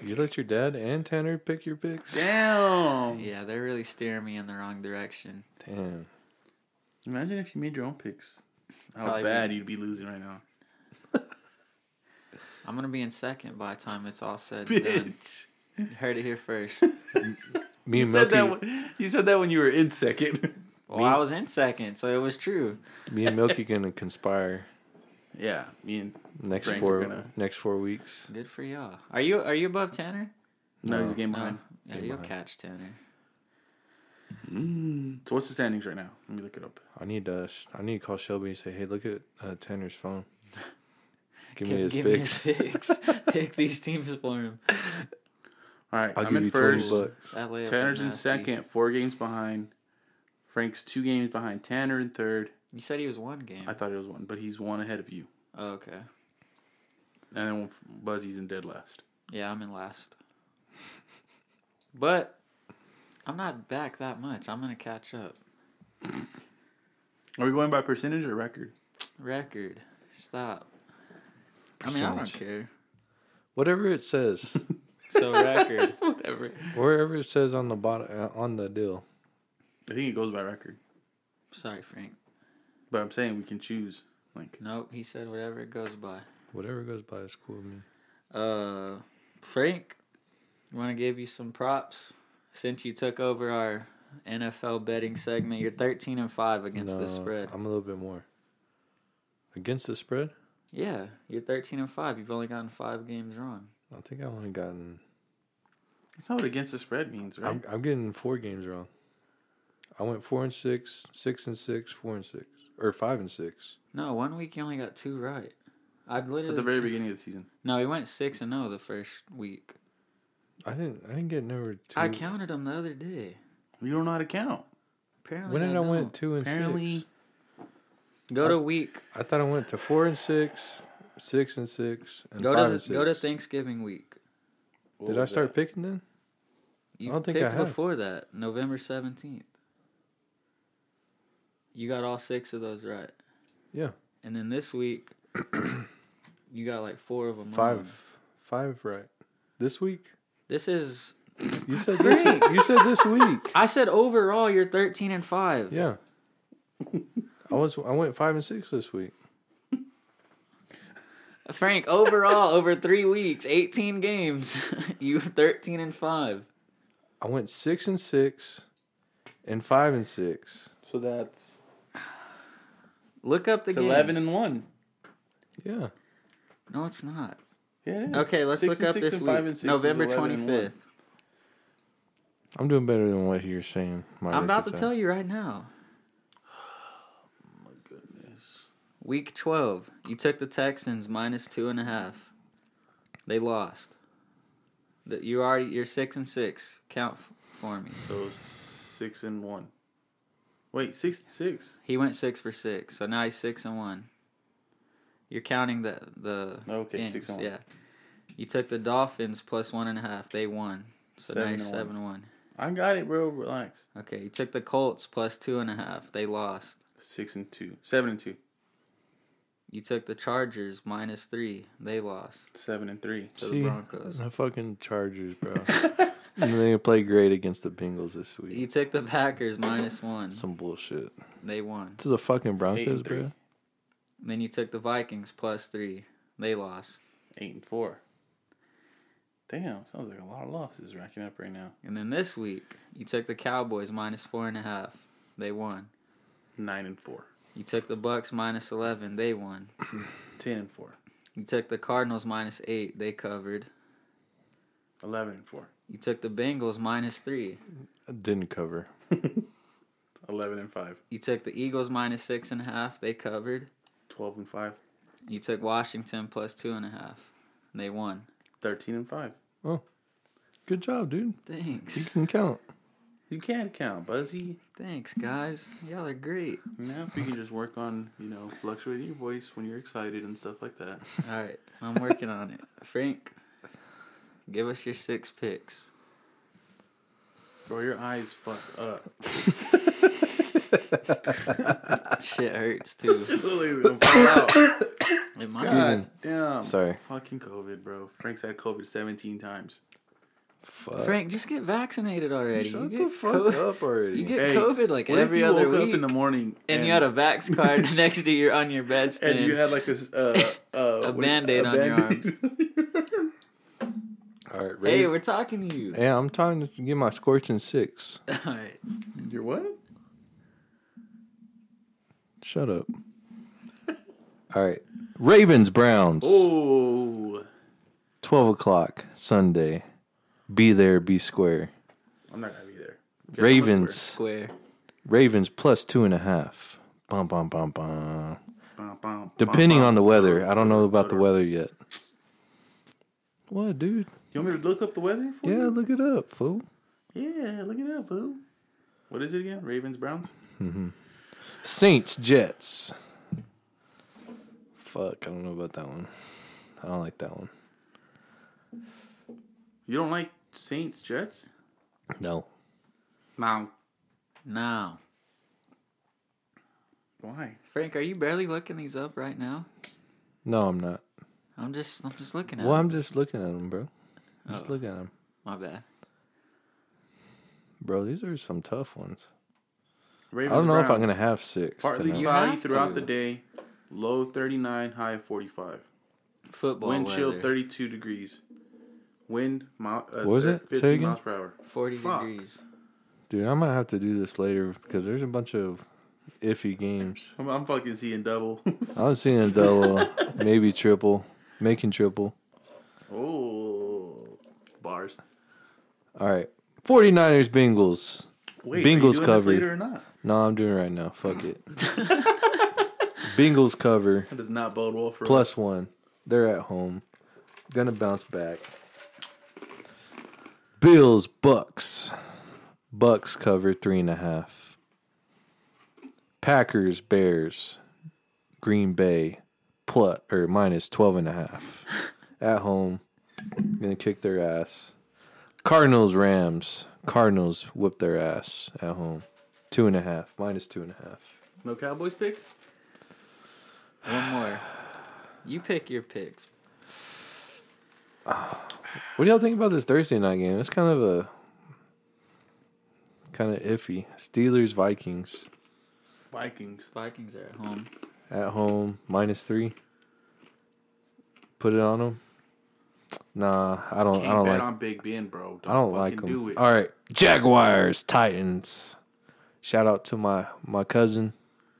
Speaker 4: You let your dad and Tanner pick your picks.
Speaker 2: Damn.
Speaker 3: Yeah, they're really steering me in the wrong direction.
Speaker 4: Damn.
Speaker 2: Imagine if you made your own picks. How
Speaker 3: Probably
Speaker 2: bad you'd be losing right now.
Speaker 3: I'm going to be in second by the time it's all said and done.
Speaker 2: Bitch.
Speaker 3: You heard it here first.
Speaker 4: Me
Speaker 2: You
Speaker 4: and Milky.
Speaker 2: said that when, you said that when you were in second.
Speaker 3: Well, I was in second, so it was true.
Speaker 4: me and Milky gonna conspire
Speaker 2: yeah. Me and
Speaker 4: next
Speaker 2: Frank,
Speaker 4: four
Speaker 2: we're gonna-
Speaker 4: next four weeks.
Speaker 3: Good for y'all. Are you are you above Tanner?
Speaker 2: No, he's a game
Speaker 3: No.
Speaker 2: behind.
Speaker 3: Yeah, you'll catch Tanner.
Speaker 2: Mm. So what's the standings right now? Let me look it up.
Speaker 4: I need to I need to call Shelby and say, hey, look at uh, Tanner's phone. Give me
Speaker 3: Give,
Speaker 4: his
Speaker 3: give me
Speaker 4: picks.
Speaker 3: his picks. Pick these teams for him.
Speaker 2: All right,
Speaker 4: I'll
Speaker 2: I'm
Speaker 4: give
Speaker 2: in
Speaker 4: you
Speaker 2: first.
Speaker 4: twenty bucks.
Speaker 3: That layup was
Speaker 2: Tanner's in
Speaker 3: nasty.
Speaker 2: second, four games behind. Frank's two games behind. Tanner in third.
Speaker 3: You said he was one game.
Speaker 2: I thought it was one, but he's one ahead of you.
Speaker 3: oh, okay.
Speaker 2: And then Buzzy's in dead last.
Speaker 3: Yeah, I'm in last. But I'm not back that much. I'm gonna catch up.
Speaker 2: Are we going by percentage or record?
Speaker 3: Record. Stop. I mean, I don't
Speaker 4: Percentage.
Speaker 3: care.
Speaker 4: Whatever it says,
Speaker 3: So record.
Speaker 2: Whatever.
Speaker 4: wherever it says on the bottom uh, on the deal.
Speaker 2: I think it goes by record,
Speaker 3: Sorry, Frank.
Speaker 2: but I'm saying we can choose. Like
Speaker 3: Nope. He said whatever it goes by.
Speaker 4: Whatever goes by is cool with me.
Speaker 3: Uh, Frank, want to give you some props since you took over our NFL betting segment. You're 13 and five against the spread.
Speaker 4: I'm a little bit more. Against the spread?
Speaker 3: Yeah, you're 13 and five. You've only gotten five games wrong.
Speaker 4: I think I only gotten
Speaker 2: that's not what against the spread means, right?
Speaker 4: I'm, I'm getting four games wrong. I went four and six, six and six, four and six, or five and six.
Speaker 3: No, one week you only got two right. I'd literally
Speaker 2: At the very beginning of the season.
Speaker 3: No, he went six and zero the first week.
Speaker 4: I didn't. I didn't get number two.
Speaker 3: I counted him the other day.
Speaker 2: You don't know how to count.
Speaker 3: Apparently,
Speaker 4: When did I,
Speaker 3: don't.
Speaker 4: went two and
Speaker 2: Apparently-
Speaker 4: six?
Speaker 3: Go to week.
Speaker 4: I thought I went to four and six, six and six, and
Speaker 3: Go
Speaker 4: five
Speaker 3: to
Speaker 4: and six.
Speaker 3: go to Thanksgiving week.
Speaker 2: What
Speaker 4: Did I
Speaker 2: was
Speaker 4: start
Speaker 2: that?
Speaker 4: picking then?
Speaker 3: You
Speaker 4: don't think I
Speaker 3: picked
Speaker 4: have.
Speaker 3: before that, November seventeenth. You got all six of those right.
Speaker 4: Yeah.
Speaker 3: And then this week, you got like four of them.
Speaker 4: Five.
Speaker 3: wrong.
Speaker 4: Five right. This week?
Speaker 3: This is.
Speaker 4: You said this week. You said this week.
Speaker 3: I said overall, you're 13 and five.
Speaker 4: Yeah. I was I went five and six this week.
Speaker 3: Frank, overall, over three weeks, 18 games, you 13 and five.
Speaker 4: I went six and six and five and six.
Speaker 2: So that's
Speaker 3: Look up the
Speaker 2: it's
Speaker 3: games.
Speaker 2: eleven and one.
Speaker 4: Yeah.
Speaker 3: No, it's not.
Speaker 2: Yeah. it is.
Speaker 3: Okay, let's
Speaker 2: Six
Speaker 3: look
Speaker 2: and
Speaker 3: up
Speaker 2: six
Speaker 3: this
Speaker 2: and
Speaker 3: week.
Speaker 2: five and six is
Speaker 3: November
Speaker 2: 11 and one.
Speaker 3: 25th.
Speaker 4: I'm doing better than what you're saying. My
Speaker 3: I'm about to
Speaker 4: record's
Speaker 3: tell
Speaker 4: out.
Speaker 3: you right now.
Speaker 2: Oh,
Speaker 3: Week 12, you took the Texans minus two and a half. They lost. That you already you're six and six. Count f- for me.
Speaker 2: So six and one. Wait, six and six.
Speaker 3: He went six for six, so now he's six and one. You're counting the the
Speaker 2: Okay,
Speaker 3: games,
Speaker 2: six and one.
Speaker 3: Yeah, you took the Dolphins plus one and a half. They won, so
Speaker 2: Seven
Speaker 3: now you're
Speaker 2: and one.
Speaker 3: seven and one.
Speaker 2: I got it, bro. Relax.
Speaker 3: Okay, you took the Colts plus two and a half. They lost.
Speaker 2: Six and two. Seven and two.
Speaker 3: You took the Chargers minus three. They lost
Speaker 2: Seven and three.
Speaker 3: to
Speaker 4: See?
Speaker 3: the Broncos.
Speaker 4: The fucking Chargers, bro. and they play great against the Bengals this week.
Speaker 3: You took the Packers minus one.
Speaker 4: Some bullshit.
Speaker 3: They won.
Speaker 4: To the fucking
Speaker 2: eight and
Speaker 4: Broncos,
Speaker 2: three.
Speaker 4: bro.
Speaker 3: Then you took the Vikings plus three. They lost.
Speaker 2: Eight and four. Damn, sounds like a lot of losses racking up right now.
Speaker 3: And then this week, you took the Cowboys minus four and a half. They won.
Speaker 2: Nine and four.
Speaker 3: You took the Bucks minus eleven. They won.
Speaker 2: Ten and four.
Speaker 3: You took the Cardinals minus eight. They covered.
Speaker 2: Eleven and four.
Speaker 3: You took the Bengals minus three.
Speaker 4: Didn't cover.
Speaker 2: Eleven and five.
Speaker 3: You took the Eagles minus six and a half. They covered.
Speaker 2: Twelve and five.
Speaker 3: You took Washington plus two and a half. They won.
Speaker 2: Thirteen and five.
Speaker 4: Oh. Good job, dude. You
Speaker 3: Thanks.
Speaker 4: can count.
Speaker 2: You can count, Buzzy.
Speaker 3: Thanks, guys. Y'all are great.
Speaker 2: Now if you can just work on, you know, fluctuating your voice when you're excited and stuff like that.
Speaker 3: All right. I'm working on it. Frank, give us your six picks.
Speaker 2: Bro, your eyes fuck up.
Speaker 3: Shit hurts, too.
Speaker 2: Literally gonna fall out.
Speaker 3: It might.
Speaker 2: God damn.
Speaker 4: Sorry.
Speaker 2: Fucking COVID, bro. Frank's had COVID 17 times.
Speaker 4: Fuck.
Speaker 3: Frank, just get vaccinated already. You
Speaker 4: Shut
Speaker 3: get
Speaker 4: the fuck
Speaker 3: co-
Speaker 4: up already.
Speaker 3: You get
Speaker 2: Hey,
Speaker 3: COVID like
Speaker 2: What
Speaker 3: every
Speaker 2: if you
Speaker 3: other
Speaker 2: woke
Speaker 3: week.
Speaker 2: up in the morning
Speaker 3: and, you had a Vax card next to you on your bedstand.
Speaker 2: and you had like this uh, uh,
Speaker 3: A
Speaker 2: what do you-
Speaker 3: Band-Aid on your
Speaker 2: arm?
Speaker 4: All right, ready?
Speaker 3: hey, we're talking to you.
Speaker 4: yeah, I'm trying to get my scorching six.
Speaker 3: All right.
Speaker 2: your what?
Speaker 4: Shut up. All right. Ravens, Browns.
Speaker 2: Oh,
Speaker 4: 12 o'clock Sunday. Be there, be square.
Speaker 2: I'm not gonna be there.
Speaker 4: Ravens.
Speaker 3: Square.
Speaker 4: Ravens plus two and a half. Bum, bum, bum, bum.
Speaker 2: Bum, bum,
Speaker 4: Depending
Speaker 2: bum,
Speaker 4: on the
Speaker 2: bum.
Speaker 4: weather. I don't know about the weather yet. What, dude?
Speaker 2: You want me to look up the weather? For
Speaker 4: Yeah,
Speaker 2: You?
Speaker 4: look it up, fool.
Speaker 2: Yeah, look it up, boo. What is it again? Ravens, Browns.
Speaker 4: Saints, Jets. Fuck, I don't know about that one. I don't like that one.
Speaker 2: You don't like Saints, Jets?
Speaker 4: No.
Speaker 2: No.
Speaker 3: Now.
Speaker 2: Why?
Speaker 3: Frank, are you barely looking these up right now?
Speaker 4: No, I'm not.
Speaker 3: I'm just I'm just looking at
Speaker 4: Well,
Speaker 3: them.
Speaker 4: I'm just looking at them, bro. Just
Speaker 3: Oh.
Speaker 4: look at them.
Speaker 3: My bad.
Speaker 4: Bro, these are some tough ones.
Speaker 2: Ravens,
Speaker 4: I don't know if I'm
Speaker 2: Browns.
Speaker 4: going to have six.
Speaker 2: Partly
Speaker 4: tonight.
Speaker 3: You
Speaker 2: cloudy
Speaker 3: have
Speaker 2: throughout
Speaker 3: to.
Speaker 2: the day. Low 39, high 45.
Speaker 3: Football
Speaker 2: Wind chill
Speaker 3: weather.
Speaker 2: 32 degrees. Wind mile, uh,
Speaker 4: What was
Speaker 2: thir-
Speaker 4: it? Say
Speaker 2: 15
Speaker 4: again?
Speaker 2: miles per hour.
Speaker 3: 40
Speaker 2: Fuck.
Speaker 3: degrees.
Speaker 4: Dude, I might have to do this later because there's a bunch of iffy games.
Speaker 2: I'm, I'm fucking seeing double.
Speaker 4: I was seeing a double, maybe triple, making triple.
Speaker 2: oh, bars.
Speaker 4: All right. 49ers, Bengals. Bengals
Speaker 2: Wait, are you doing
Speaker 4: covered.
Speaker 2: This later or not?
Speaker 4: No, I'm doing it right now. Fuck it. Bengals cover
Speaker 2: That does not bode well for us.
Speaker 4: plus one. They're at home. Gonna bounce back. Bills, Bucks. Bucks cover three and a half. Packers, Bears, Green Bay, plus or minus twelve and a half. At home. Gonna kick their ass. Cardinals, Rams. Cardinals whip their ass at home. Two and a half. Minus two and a half.
Speaker 2: No Cowboys pick?
Speaker 3: One more. You pick your picks.
Speaker 4: What do y'all think about this Thursday night game? It's kind of a kind of iffy. Steelers Vikings
Speaker 2: Vikings.
Speaker 3: Vikings are at home.
Speaker 4: at home minus three. Put it on them. Nah, I don't.
Speaker 2: Can't
Speaker 4: I don't
Speaker 2: bet
Speaker 4: like.
Speaker 2: on Big Ben, bro. Don't
Speaker 4: I don't like
Speaker 2: fucking
Speaker 4: them.
Speaker 2: do it.
Speaker 4: All right, Jaguars Titans. Shout out to my my cousin.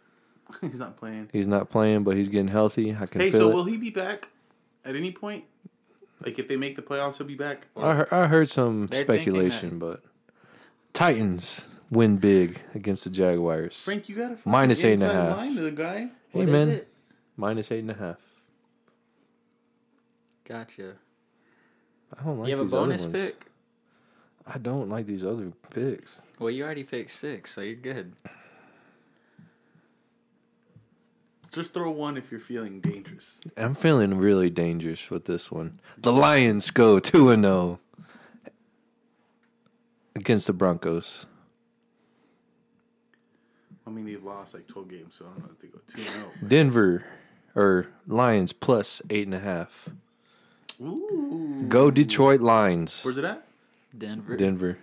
Speaker 2: He's not playing.
Speaker 4: He's not playing, but he's getting healthy. I can
Speaker 2: Hey,
Speaker 4: feel
Speaker 2: so
Speaker 4: it.
Speaker 2: will he be back at any point? Like if they make the playoffs, he'll be back. Or-
Speaker 4: I heard, I heard some
Speaker 3: They're thinking that-
Speaker 4: speculation, but Titans win big against the Jaguars.
Speaker 2: Frank, you got a
Speaker 4: Minus eight and a
Speaker 2: inside
Speaker 4: half.
Speaker 2: Line to the guy.
Speaker 4: Hey
Speaker 3: What is
Speaker 4: man,
Speaker 3: it?
Speaker 4: minus eight and a half.
Speaker 3: Gotcha.
Speaker 4: I don't like
Speaker 3: you have a
Speaker 4: these
Speaker 3: bonus
Speaker 4: other ones.
Speaker 3: pick?
Speaker 4: I don't like these other picks.
Speaker 3: Well, you already picked six, so you're good.
Speaker 2: Just throw one if you're feeling dangerous.
Speaker 4: I'm feeling really dangerous with this one. The Lions go 2 and 0 against the Broncos.
Speaker 2: I mean, they've lost like twelve games, so I don't know if they go two and
Speaker 4: Denver or Lions plus 8.5.
Speaker 2: zero. oh. Ooh,
Speaker 4: Go Detroit Lions.
Speaker 2: where's it at?
Speaker 3: Denver.
Speaker 4: Denver.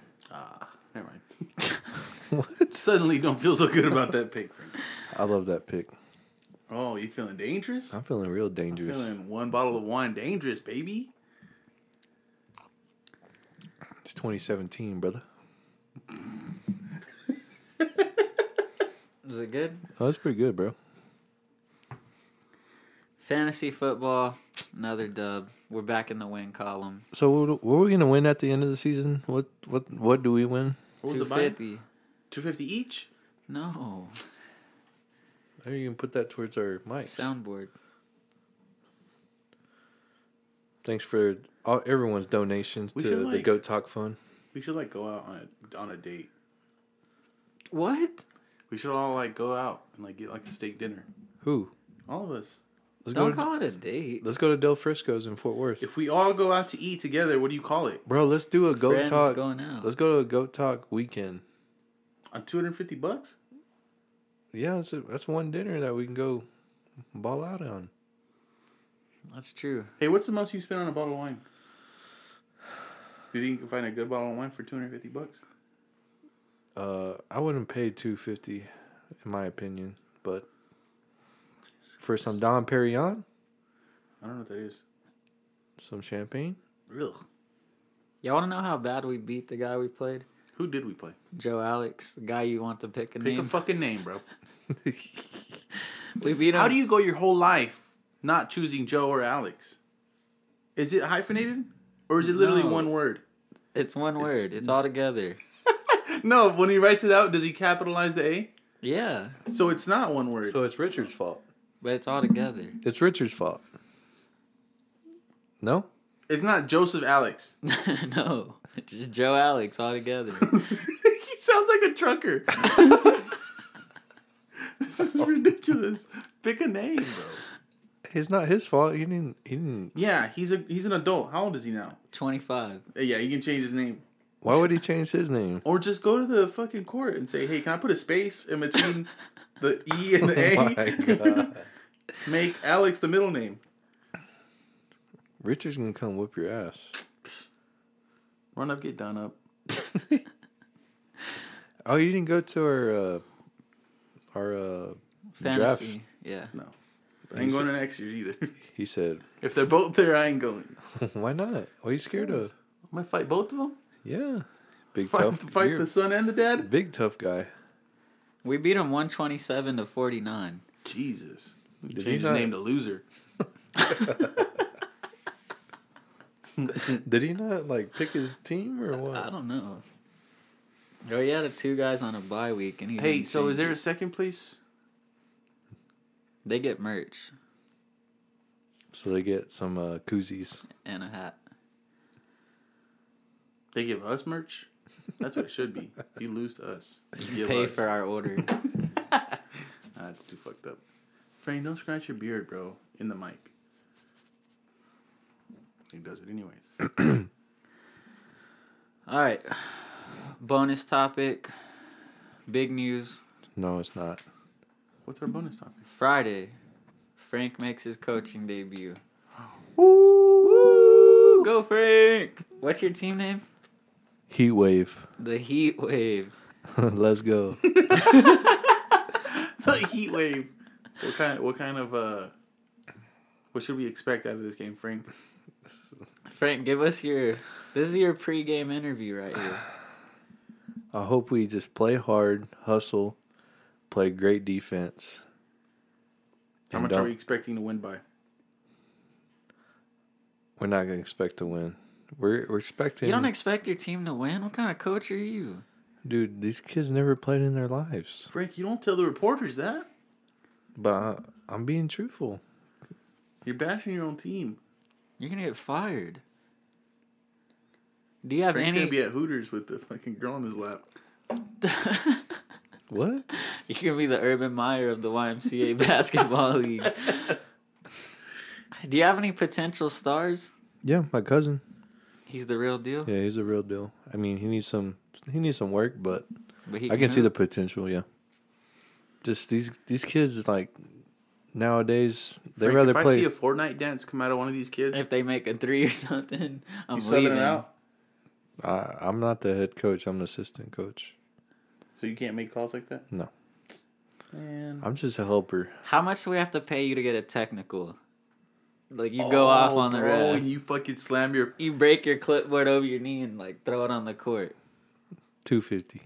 Speaker 2: Never mind. Suddenly, don't feel so good about that pick, Frank.
Speaker 4: I love that pick.
Speaker 2: Oh, you feeling dangerous?
Speaker 4: I'm feeling real dangerous.
Speaker 2: feeling one bottle of wine dangerous, baby.
Speaker 4: It's 2017, brother.
Speaker 3: Is it good?
Speaker 4: Oh, that's pretty good, bro.
Speaker 3: Fantasy football, another dub. We're back in the win column.
Speaker 4: So, what what are we going to win at the end of the season? What what what do we win?
Speaker 2: What was
Speaker 3: Two
Speaker 2: the buy?
Speaker 3: fifty.
Speaker 2: Two fifty each.
Speaker 3: No
Speaker 4: How are you going to put that towards our mics?
Speaker 3: soundboard.
Speaker 4: Thanks for all, everyone's donations
Speaker 2: We
Speaker 4: to
Speaker 2: should,
Speaker 4: the
Speaker 2: like-
Speaker 4: Goat Talk Fund.
Speaker 2: We should like go out on a on a date.
Speaker 3: What?
Speaker 2: We should all like go out and like get like a steak dinner.
Speaker 4: Who?
Speaker 2: All of us.
Speaker 4: Let's
Speaker 3: Don't
Speaker 4: go to,
Speaker 3: call it a date.
Speaker 4: Let's go to Del Frisco's in Fort Worth.
Speaker 2: If we all go out to eat together, what do you call it?
Speaker 4: Bro, let's do a Goat
Speaker 3: Friends
Speaker 4: Talk.
Speaker 3: going out.
Speaker 4: Let's go to a Goat Talk weekend.
Speaker 2: On two hundred fifty bucks?
Speaker 4: Yeah, that's, a, that's one dinner that we can go ball out on.
Speaker 3: That's true.
Speaker 2: Hey, what's the most you spend on a bottle of wine? Do you think you can find a good bottle of wine for two hundred fifty bucks?
Speaker 4: Uh, I wouldn't pay two fifty, in my opinion, but for some Dom Perignon,
Speaker 2: I don't know what that is.
Speaker 4: some champagne.
Speaker 2: Real.
Speaker 3: Y'all want to know how bad we beat the guy we played?
Speaker 2: Who did we play?
Speaker 3: Joe Alex, the guy you want to pick a
Speaker 2: Pick
Speaker 3: name.
Speaker 2: a fucking name, bro.
Speaker 3: we beat him.
Speaker 2: How do you go your whole life not choosing Joe or Alex? Is it hyphenated? Or is it literally
Speaker 3: No.
Speaker 2: one word?
Speaker 3: It's one word. It's all together.
Speaker 2: No, when he writes it out, does he capitalize the A?
Speaker 3: Yeah,
Speaker 2: So it's not one word.
Speaker 4: So it's Richard's fault.
Speaker 3: but it's all together.
Speaker 4: It's Richard's fault. No,
Speaker 2: it's not Joseph Alex.
Speaker 3: no, it's just Joe Alex all together.
Speaker 2: he sounds like a trucker. this is ridiculous. Pick a name, bro.
Speaker 4: it's not his fault. He didn't. He didn't.
Speaker 2: Yeah, he's a he's an adult. How old is he now?
Speaker 3: Twenty-five.
Speaker 2: Uh, Yeah, he can change his name.
Speaker 4: Why would he change his name?
Speaker 2: Or just go to the fucking court and say, "Hey, can I put a space in between the E and
Speaker 4: Oh My
Speaker 2: the
Speaker 4: God.
Speaker 2: A? Make Alex the middle name."
Speaker 4: Richard's gonna come whoop your ass.
Speaker 2: Run up, get done up.
Speaker 4: Oh, you didn't go to our uh, our uh, draft.
Speaker 3: Fantasy. Yeah.
Speaker 2: No, I ain't going to next year either.
Speaker 4: He said,
Speaker 2: if they're both there, I ain't going.
Speaker 4: "Why not? What are you scared of?"
Speaker 2: I'm gonna fight both of them.
Speaker 4: Yeah, big
Speaker 2: Fight,
Speaker 4: tough.
Speaker 2: fight
Speaker 4: you're
Speaker 2: the
Speaker 4: a
Speaker 2: son and the dad.
Speaker 4: Big tough guy.
Speaker 3: We beat him one twenty-seven to forty-nine.
Speaker 2: Jesus,
Speaker 4: he
Speaker 2: change his
Speaker 4: not-
Speaker 2: name to loser.
Speaker 4: Did he not like pick his team or what?
Speaker 3: I don't know. Oh, he had a two guys on a bye week, and he.
Speaker 2: Hey,
Speaker 3: didn't
Speaker 2: so is
Speaker 3: change
Speaker 2: there
Speaker 3: it.
Speaker 2: a second place?
Speaker 3: They get merch
Speaker 4: So they get some uh, koozies.
Speaker 3: and a hat.
Speaker 2: They give us merch. That's what it should be. If you lose to us, you give
Speaker 3: Pay
Speaker 2: us.
Speaker 3: for our order.
Speaker 2: Nah, it's too fucked up. Frank, don't scratch your beard, bro. In the mic. He does it anyways.
Speaker 3: all right. Bonus topic. Big news.
Speaker 4: No, it's not.
Speaker 2: What's our bonus topic?
Speaker 3: Friday, Frank makes his coaching debut.
Speaker 2: Woo!
Speaker 3: Go Frank! What's your team name?
Speaker 4: Heat wave.
Speaker 3: The Heat Wave.
Speaker 4: Let's go.
Speaker 2: the heat wave. What kind? What kind of? uh What should we expect out of this game, Frank?
Speaker 3: Frank, give us your. This is your pregame interview right here.
Speaker 4: I hope we just play hard, hustle, play great defense.
Speaker 2: How
Speaker 4: and
Speaker 2: much are
Speaker 4: don't-
Speaker 2: we expecting to win by?
Speaker 4: We're not gonna expect to win. We're we're expecting.
Speaker 3: You don't expect your team to win? What kind of coach are you?
Speaker 4: dude. These kids never played in their lives.
Speaker 2: Frank, you don't tell the reporters that.
Speaker 4: But I, I'm being truthful.
Speaker 2: You're bashing your own team.
Speaker 3: You're going to get fired. Do you have
Speaker 2: Frank's
Speaker 3: any.
Speaker 2: gonna be at Hooters with the fucking girl on his lap.
Speaker 4: What?
Speaker 3: You're going to be the Urban Meyer of the YMCA Basketball League. Do you have any potential stars?
Speaker 4: Yeah, my cousin.
Speaker 3: He's the real deal.
Speaker 4: Yeah, he's a real deal. I mean, he needs some he needs some work, but
Speaker 3: But he
Speaker 4: I can see the
Speaker 3: hoop.
Speaker 4: potential. Yeah. Just these these kids is like nowadays they
Speaker 2: Frank,
Speaker 4: rather
Speaker 2: if I
Speaker 4: play.
Speaker 2: see a Fortnite dance come out of one of these kids,
Speaker 3: If they make a three or something, I'm
Speaker 2: you subbing
Speaker 3: leaving.
Speaker 2: it out,
Speaker 4: I, I'm not the head coach. I'm the assistant coach.
Speaker 2: so you can't make calls like that.
Speaker 4: No,
Speaker 2: Man,
Speaker 4: I'm just a helper.
Speaker 3: How much do we have to pay you to get a technical? Like you go off
Speaker 2: Oh,
Speaker 3: on the
Speaker 2: bro,
Speaker 3: ref,
Speaker 2: and you fucking slam your
Speaker 3: you break your clipboard over your knee and like throw it on the court.
Speaker 4: Two fifty.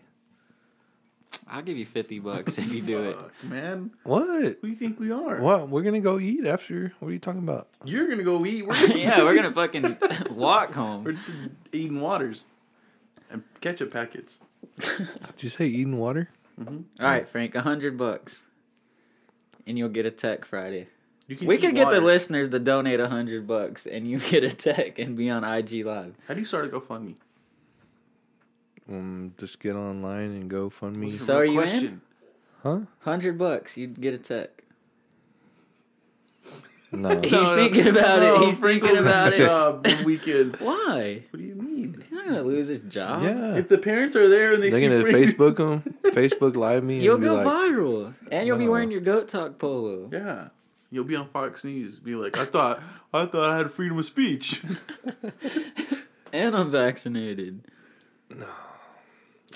Speaker 3: I'll give you fifty bucks if you do it.
Speaker 2: Fuck, man.
Speaker 4: What?
Speaker 2: Who do you think we are?
Speaker 4: What? We're gonna go eat after. What are you talking about?
Speaker 2: You're gonna go eat. We're gonna
Speaker 3: yeah, we're gonna fucking walk home.
Speaker 2: We're eating waters and ketchup packets.
Speaker 4: Did you say eating water?
Speaker 3: All right, Frank, a hundred bucks, and you'll get a tech Friday.
Speaker 2: You can
Speaker 3: We
Speaker 2: eat
Speaker 3: could get the
Speaker 2: water.
Speaker 3: listeners to donate a hundred bucks, and you get a tech and be on IG Live.
Speaker 2: How do you start a GoFundMe?
Speaker 4: Um, just get online and go fund me.
Speaker 2: It's a
Speaker 3: So
Speaker 2: real
Speaker 3: are you in?
Speaker 4: Huh?
Speaker 3: Hundred bucks, you'd get a tech.
Speaker 4: No.
Speaker 3: He's thinking about it. He's thinking about it.
Speaker 2: Job one weekend. What
Speaker 3: Why?
Speaker 2: do you mean?
Speaker 3: He's not gonna lose his job.
Speaker 4: yeah.
Speaker 2: If the parents are there and they
Speaker 4: They're
Speaker 2: see
Speaker 4: gonna
Speaker 2: Frank-
Speaker 4: Facebook them, Facebook live me,
Speaker 3: You'll
Speaker 4: and be
Speaker 3: go
Speaker 4: like,
Speaker 3: viral, and you'll be
Speaker 4: No.
Speaker 3: wearing your goat talk polo.
Speaker 2: yeah, you'll be on Fox News. Be like, I thought, I thought I had freedom of speech.
Speaker 3: And I'm vaccinated.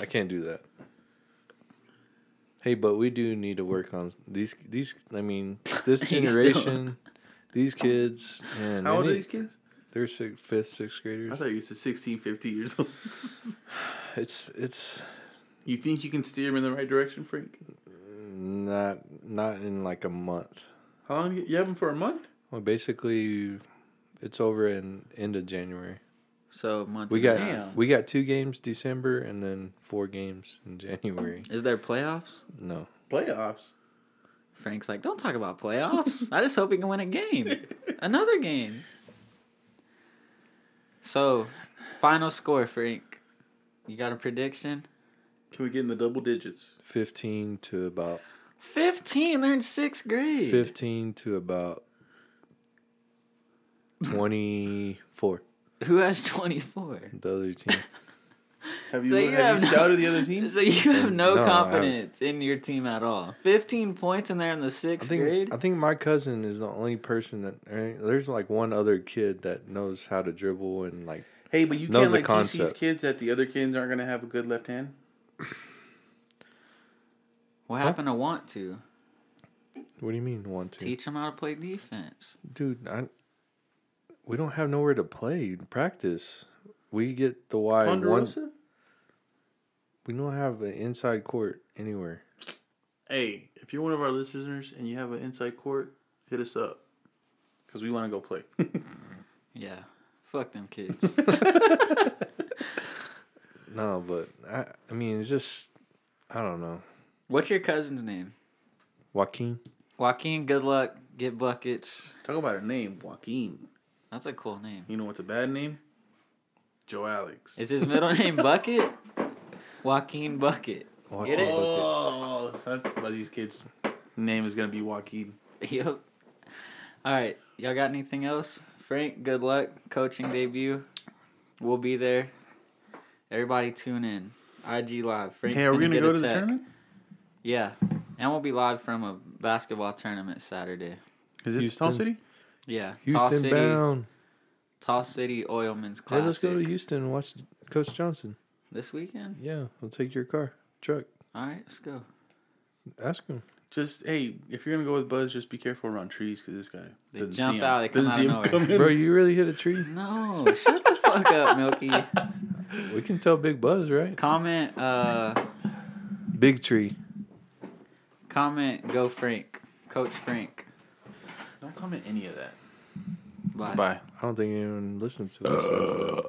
Speaker 4: I can't do that. Hey, but we do need to work on these. These, I mean, this
Speaker 3: He's still-
Speaker 4: generation, these kids, and
Speaker 2: How old are these kids?
Speaker 4: They're six, fifth, sixth
Speaker 2: I
Speaker 4: graders.
Speaker 2: thought you said 16, 15 years old.
Speaker 4: It's it's
Speaker 2: you think you can steer them in the right direction, Frank?
Speaker 4: not not in like a month.
Speaker 2: How long you have them for a month?
Speaker 4: Well, basically, it's over in end of January.
Speaker 3: So month
Speaker 4: We
Speaker 3: and a
Speaker 4: got
Speaker 3: half.
Speaker 4: we got two games December and then four games in January.
Speaker 3: Is there playoffs?
Speaker 4: No,
Speaker 2: Playoffs.
Speaker 3: Frank's like, don't talk about playoffs. I just hope he can win a game, another game. So, final score, Frank. You got a prediction?
Speaker 2: Can we get in the double digits?
Speaker 4: fifteen to about
Speaker 3: Fifteen. They're in sixth grade.
Speaker 4: fifteen to about twenty four.
Speaker 3: Who has twenty four?
Speaker 4: The other team.
Speaker 2: Have you,
Speaker 3: So you
Speaker 2: have
Speaker 3: have
Speaker 2: you
Speaker 3: no-
Speaker 2: scouted the other team?
Speaker 3: So you have no,
Speaker 4: No, I haven't.
Speaker 3: confidence in your team at all. Fifteen points and they're in the
Speaker 4: I
Speaker 3: sixth
Speaker 4: think
Speaker 3: grade.
Speaker 4: I think my cousin is the only person that er, there's like one other kid that knows how to dribble and like
Speaker 2: Hey, but you
Speaker 4: Knows
Speaker 2: can't
Speaker 4: the
Speaker 2: like teach these
Speaker 4: concept.
Speaker 2: kids that the other kids aren't gonna have a good left hand.
Speaker 3: What happened to want to?
Speaker 4: what do you mean want to
Speaker 3: Teach them how to play defense.
Speaker 4: dude I we don't have nowhere to play practice we get the Y one
Speaker 2: Ponderosa?
Speaker 4: we don't have an inside court anywhere
Speaker 2: Hey, if you're one of our listeners and you have an inside court, hit us up because we want to go play.
Speaker 3: Yeah. Fuck them kids.
Speaker 4: No, but I, I mean, it's just, I don't know.
Speaker 3: What's your cousin's name?
Speaker 4: Joaquin,
Speaker 3: Joaquin, good luck. Get buckets.
Speaker 2: Talk about a name, Joaquin.
Speaker 3: That's a cool name.
Speaker 2: You know what's a bad name? Joe Alex.
Speaker 3: Is his middle name Bucket? Joaquin Bucket.
Speaker 4: Joaquin
Speaker 3: Get it?
Speaker 4: Bucket.
Speaker 2: oh, that, but these kids' name is gonna be Joaquin.
Speaker 3: Yep. All right. Y'all got anything else? Frank, good luck. Coaching debut. We'll be there. Everybody tune in. IG Live. Frank's
Speaker 2: Hey, are we
Speaker 3: gonna
Speaker 2: gonna
Speaker 3: get
Speaker 2: go
Speaker 3: a
Speaker 2: to the
Speaker 3: tech.
Speaker 2: tournament?
Speaker 3: Yeah. And we'll be live from a basketball tournament Saturday.
Speaker 2: Is it
Speaker 4: Houston.
Speaker 2: Tall City?
Speaker 3: Yeah, Tall
Speaker 4: Houston
Speaker 3: City,
Speaker 4: bound.
Speaker 3: Tall City Oilman's
Speaker 4: Hey,
Speaker 3: Classic.
Speaker 4: let's go to Houston and watch Coach Johnson.
Speaker 3: this weekend.
Speaker 4: Yeah, we'll take your car, truck.
Speaker 3: All right, let's go.
Speaker 4: Ask him.
Speaker 2: Just hey, if you're gonna go with Buzz, just be careful around trees because this guy
Speaker 3: They
Speaker 2: doesn't
Speaker 3: jump
Speaker 2: see
Speaker 3: out,
Speaker 2: him.
Speaker 3: they come
Speaker 2: doesn't
Speaker 3: out
Speaker 2: see
Speaker 3: of
Speaker 2: him
Speaker 3: nowhere.
Speaker 2: coming.
Speaker 4: Bro, you really hit a tree?
Speaker 3: No, shut the fuck up, Milky.
Speaker 4: We can tell Big Buzz, right?
Speaker 3: Comment, uh,
Speaker 4: Big tree.
Speaker 3: comment. Go Frank, Coach Frank.
Speaker 2: Don't comment any of that.
Speaker 3: Bye.
Speaker 2: Bye.
Speaker 4: I don't think anyone listens to this.